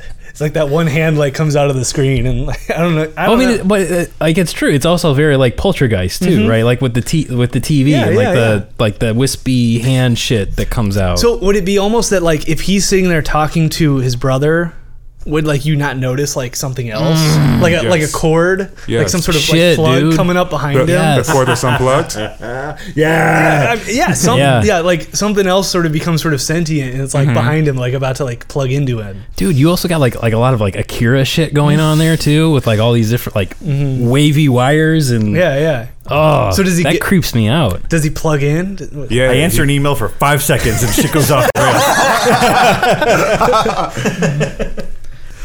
S2: [laughs] It's like that one hand like comes out of the screen and like, I don't know. I,
S1: I
S2: don't
S1: mean,
S2: know.
S1: it- but uh, like it's true. It's also very like poltergeist too, right? Like with the t- with the TV
S2: Mm-hmm. Yeah,
S1: and like
S2: yeah,
S1: the like the wispy hand shit that comes out.
S2: So would it be almost that like if he's sitting there talking to his brother, would like you not notice like something else, like a, like a
S4: Mm. yes.
S2: cord, like
S4: Yes.
S2: some sort of
S1: Shit,
S2: like plug
S1: dude.
S2: coming up behind him?
S1: Yeah.
S2: Yeah,
S1: Yes.
S4: The cord
S1: [laughs]
S4: that's unplugged.
S2: I mean, yeah, some,
S1: Yeah.
S2: yeah, like something else sort of becomes sort of sentient and it's like
S4: Mm-hmm.
S2: behind him, like about to like plug into him.
S1: dude, you also got like like a lot of like Akira shit going on there too, with like all these different like wavy wires and
S2: Mm-hmm. Yeah, yeah.
S1: Oh,
S2: So does he
S1: that
S2: get-
S1: creeps me out.
S2: Does he plug in? D- what-
S4: Yeah.
S3: I answer an email for five seconds and shit goes off the rails.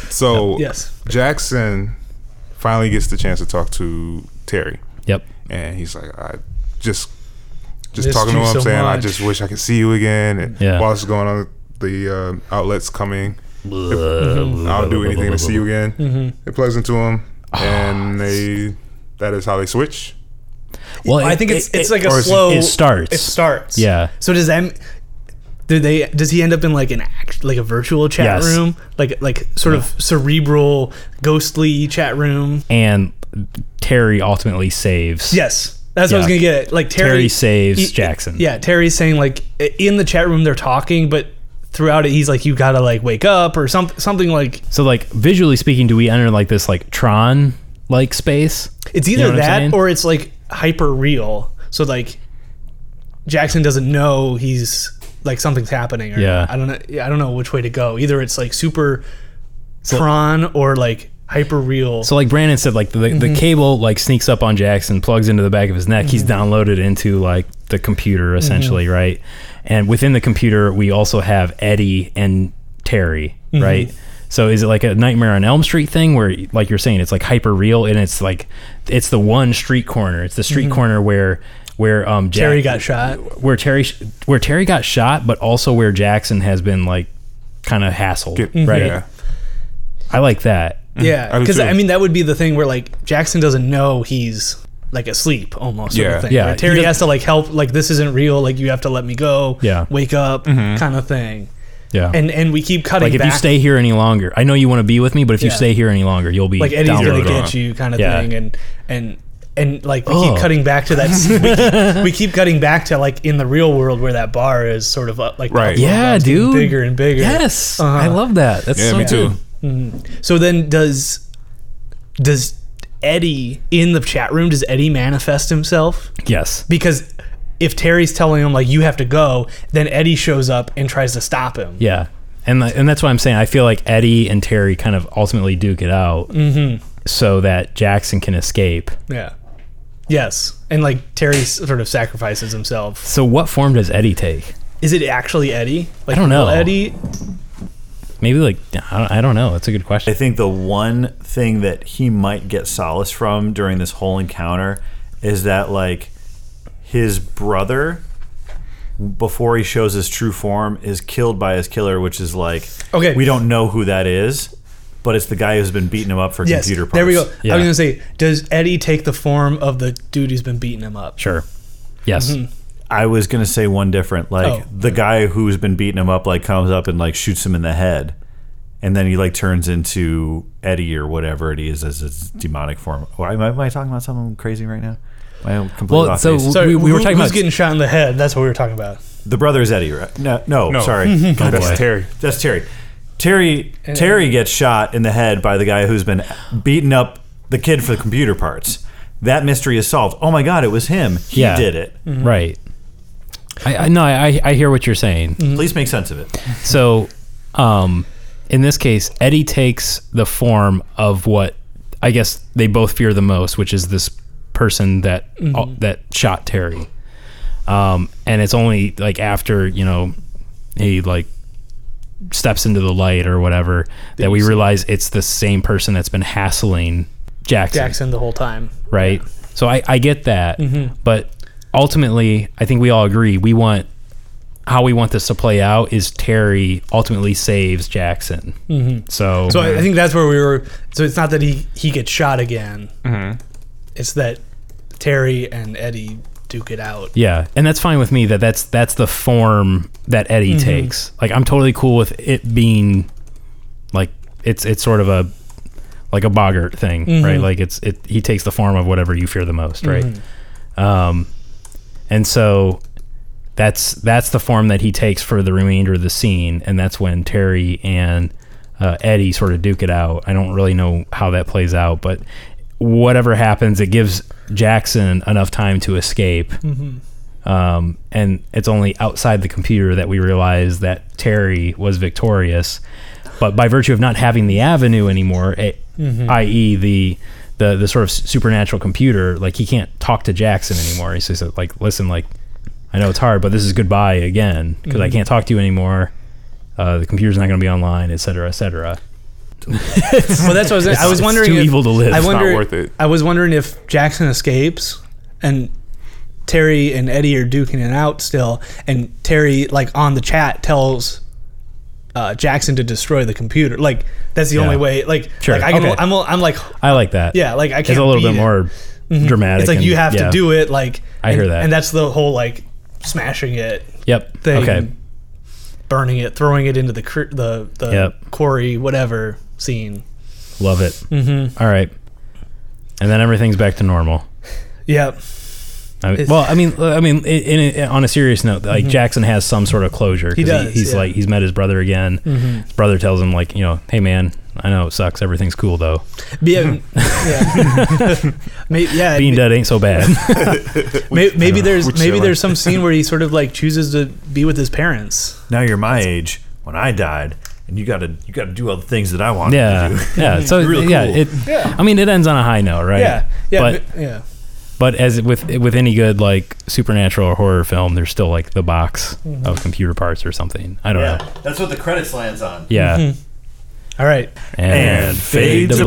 S4: So
S2: Yes.
S4: Jackson finally gets the chance to talk to Terry,
S1: Yep.
S4: and he's like, I just just
S2: Missed
S4: talking to
S2: you
S4: him,
S2: so
S4: saying, I
S2: much."
S4: just wish I could see you again. And
S1: Yeah.
S4: while this is going on, the um outlets coming. I'll do anything to see you again.
S2: Mm-hmm.
S4: It plugs into him,
S1: Ah,
S4: and they that is how they switch.
S1: Well,
S2: I
S1: it-
S2: think it's
S1: it-
S2: it's
S1: it-
S2: like a
S1: or is it-
S2: slow.
S1: It starts.
S2: It starts.
S1: Yeah.
S2: So does that? Do they? Does he end up in like an act, like a virtual chat
S1: Yes.
S2: room, like like sort of cerebral, ghostly chat room?
S1: and Terry ultimately saves.
S2: Yes, that's what I was
S1: Yeah.
S2: gonna get. at. Like Terry,
S1: Terry saves
S2: he-
S1: Jackson.
S2: Yeah, Terry's saying like i- in the chat room they're talking, but throughout it he's like, you gotta like wake up or something. Something like
S1: So like visually speaking, do we enter like this like Tron like space?
S2: it's
S1: know
S2: either
S1: what I'm saying?
S2: that or it's like hyper real. So like Jackson doesn't know he's like something's happening. Or
S1: Yeah.
S2: I don't know. yeah, I don't know which way to go. Either it's like super Tron or like hyper real.
S1: So like Brandon said, like the,
S2: Mm-hmm.
S1: the cable like sneaks up on Jackson, plugs into the back of his neck. He's
S2: Mm-hmm.
S1: downloaded into like the computer essentially, right? And within the computer, we also have Eddie and Terry,
S2: Mm-hmm.
S1: right? So is it like a Nightmare on Elm Street thing where, like you're saying, it's like hyper real and it's like it's the one street corner. It's the street corner where where um Jack-
S2: Mm-hmm. Terry got shot.
S1: where Terry sh- where Terry got shot, but also where Jackson has been like kind of hassled,
S4: Get-
S1: right?
S4: Yeah.
S1: I like that.
S2: Yeah,
S4: I do
S2: because
S4: too.
S2: I mean that would be the thing where like Jackson doesn't know he's like asleep almost. Sort
S4: Yeah.
S2: of thing,
S1: Yeah,
S2: right?
S1: he
S2: Terry
S1: does-
S2: has to like help. Like this isn't real. Like you have to let me go.
S1: Yeah. Mm-hmm.
S2: Wake up, kind of thing.
S1: Yeah.
S2: And and we keep cutting.
S1: like if you
S2: back-
S1: stay here any longer, I know you want to be with me, but if you
S2: Yeah.
S1: stay here any longer, you'll be
S2: like Eddie's
S1: down the
S2: gonna
S1: road.
S2: get you kind of
S1: Yeah.
S2: thing, and and and like we
S1: Oh.
S2: keep cutting back to that.
S1: [laughs]
S2: we, keep, we keep cutting back to like in the real world where that bar is sort of uh, like the
S4: Right.
S2: upper
S1: Yeah,
S2: left, getting
S1: dude.
S2: bigger and bigger.
S1: Yes,
S2: Uh-huh.
S1: I love that. That's
S4: Yeah,
S1: so
S4: me too.
S1: good.
S2: So then does does Eddie in the chat room does Eddie manifest himself
S1: Yes,
S2: because if Terry's telling him like you have to go, then Eddie shows up and tries to stop him.
S1: yeah, and the, and that's what I'm saying. I feel like Eddie and Terry kind of ultimately duke it out,
S2: Mm-hmm.
S1: so that Jackson can escape.
S2: Yeah. Yes, and like Terry s- sort of sacrifices himself.
S1: So what form does Eddie take?
S2: Is it actually Eddie? Like,
S1: don't know.
S2: will Eddie
S1: Maybe like I don't- I don't know. That's a good
S3: I
S1: question.
S3: think the one thing that he might get solace from during this whole encounter is that like his brother before he shows his true form is killed by his killer, which is like
S2: Okay.
S3: we don't know who that is, but it's the guy who's been beating him up for
S2: Yes,
S3: computer parts.
S2: there we go.
S1: Yeah.
S2: I was gonna say, does Eddie take the form of the dude who's been beating him up?
S1: Sure. Yes.
S2: Mm-hmm.
S3: I was gonna say one different. Like
S2: Oh.
S3: the guy who's been beating him up, like comes up and like shoots him in the head, and then he like turns into Eddie or whatever it is as his demonic form. Why am I, am I talking about something crazy right now? I am completely
S1: Well,
S3: off
S1: so-
S3: base.
S2: Sorry,
S1: We- we were
S2: who-
S1: talking
S2: who's
S1: about-
S2: getting shot in the head. That's what we were talking about.
S3: the brother is Eddie, right? No, no,
S4: No.
S3: sorry, God,
S4: That's
S1: boy.
S4: Terry.
S3: that's Terry. Terry Terry gets shot in the head by the guy who's been beating up the kid for the computer parts. That mystery is solved. Oh my God, it was him. He
S1: Yeah.
S3: did it.
S1: Right. I, I no, I I hear what you're saying.
S3: Please make sense of it.
S1: So, um, in this case, Eddie takes the form of what I guess they both fear the most, which is this person that that shot Terry. Um, and it's only like after you know he like steps into the light or whatever that we realize it's the same person that's been hassling Jackson
S2: Jackson the whole time.
S1: right? So I, I get that, but ultimately, I think we all agree we want how we want this to play out is Terry ultimately saves Jackson. So,
S2: So I, I think that's where we were. So it's not that he he gets shot again. It's that Terry and Eddie duke it out.
S1: yeah, and that's fine with me. That that's that's the form that Eddie takes. Like I'm totally cool with it being like it's it's sort of a like a boggart thing, right? Like it's it he takes the form of whatever you fear the most, right? Um, and so that's that's the form that he takes for the remainder of the scene, and that's when Terry and uh, Eddie sort of duke it out. I don't really know how that plays out, but whatever happens, it gives Jackson enough time to escape. Um, and it's only outside the computer that we realize that Terry was victorious. But by virtue of not having the avenue anymore, eh,
S2: Mm-hmm.
S1: i.e., the the the sort of s- supernatural computer, like he can't talk to Jackson anymore. He says, like, listen, like, I know it's hard, but this is goodbye again because
S2: Mm-hmm.
S1: I can't talk to you anymore. Uh, the computer's not going to be online, et cetera, et cetera.
S2: Well, that's what I was. I was
S1: it's
S2: wondering.
S1: too
S2: if,
S1: evil to live.
S2: I
S1: It's
S4: not
S2: wonder,
S4: worth it.
S2: I was wondering if Jackson escapes, and Terry and Eddie are duking it out still, and Terry like on the chat tells. Uh, Jackson to destroy the computer. Like that's the
S1: Yeah.
S2: only way. Like,
S1: Sure,
S2: like I can,
S1: okay.
S2: I'm, I'm like,
S1: I like that.
S2: yeah, like I can't.
S1: it's a little
S2: beat
S1: bit
S2: it.
S1: more dramatic.
S2: It's like
S1: and-
S2: you have
S1: yeah.
S2: to do it. Like
S1: I hear
S2: and-
S1: that.
S2: and that's the whole like smashing it,
S1: Yep.
S2: thing.
S1: Okay.
S2: burning it, throwing it into the cr- the the
S1: Yep.
S2: quarry, whatever scene.
S1: Love it. Mm-hmm. right. And then everything's back to normal.
S2: Yep.
S1: I mean,
S2: It's-
S1: well, I mean, I mean, in, in, on a serious note, like Jackson has some sort of closure. 'cause
S2: Mm-hmm. He does,
S1: he's
S2: yeah. Mm-hmm.
S1: like he's met his brother again. His brother tells him like, you know, hey man, I know it sucks. Everything's cool though.
S4: [laughs]
S2: Yeah. [laughs] yeah. maybe, yeah.
S1: Being dead ain't so
S2: [laughs]
S1: bad. [laughs]
S2: may- maybe there's
S4: Which
S2: maybe
S4: seller?
S2: there's some
S4: [laughs]
S2: scene where he sort of like chooses to be with his parents.
S3: Now you're my age. When I died, and you gotta you gotta do all the things that I want. To
S1: yeah,
S3: do.
S1: yeah. So
S3: Really
S1: yeah,
S3: cool.
S1: it. I mean, it ends on a high note, right?
S2: Yeah. Yeah.
S1: But
S2: ma- yeah.
S1: but as with with any good like supernatural or horror film, there's still like the box
S2: Mm-hmm.
S1: of computer parts or something. I don't know.
S3: That's what the credits lands on.
S1: Yeah.
S2: Mm-hmm. All right.
S1: and,
S3: And fade to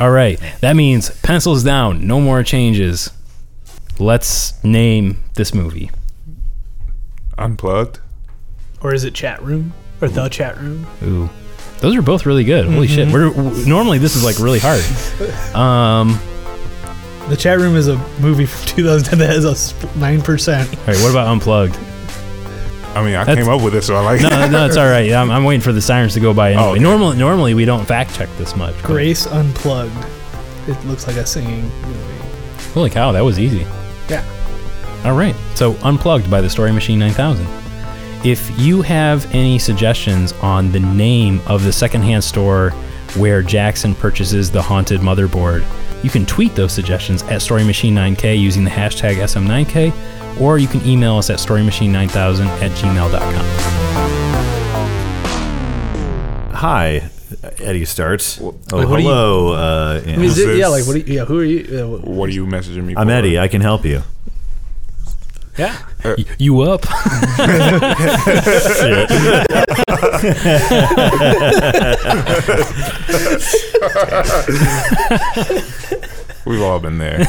S1: All right. That means pencils down, no more changes. Let's name this movie.
S4: Unplugged.
S2: Or is it chat room or the chat room?
S1: Ooh. Those are both really good. Holy shit. We're, w normally this is like really hard. Um
S2: The chat room is a movie from [laughs] 2010 that has a sp-
S1: [laughs]
S2: 9%.
S1: All right, what about Unplugged?
S4: I mean, I
S1: That's-
S4: came up with it, so I like it.
S1: No, no, it's all right. I'm, I'm waiting for the sirens to go by anyway.
S4: okay.
S1: Normally, normally we don't fact check this much. but-
S2: Grace Unplugged. It looks like a singing movie.
S1: Holy cow, that was easy.
S2: Yeah.
S1: All right. So, Unplugged by the Story Machine 9000. If you have any suggestions on the name of the secondhand store where Jackson purchases the haunted motherboard, you can tweet those suggestions at Story Machine 9K using the hashtag SM9K, or you can email us at storymachine9000 at gmail.com.
S3: Hi, Eddie starts. Oh,
S2: what do you-
S3: hello. uh, yeah.
S2: Is it, yeah, like
S4: this-
S2: what? Are you, yeah, who are you? Uh,
S4: What are you messaging me?
S3: I'm
S4: for?
S3: Eddie. I can help you.
S2: yeah,
S1: Y- you up? [laughs]
S4: We've all been there.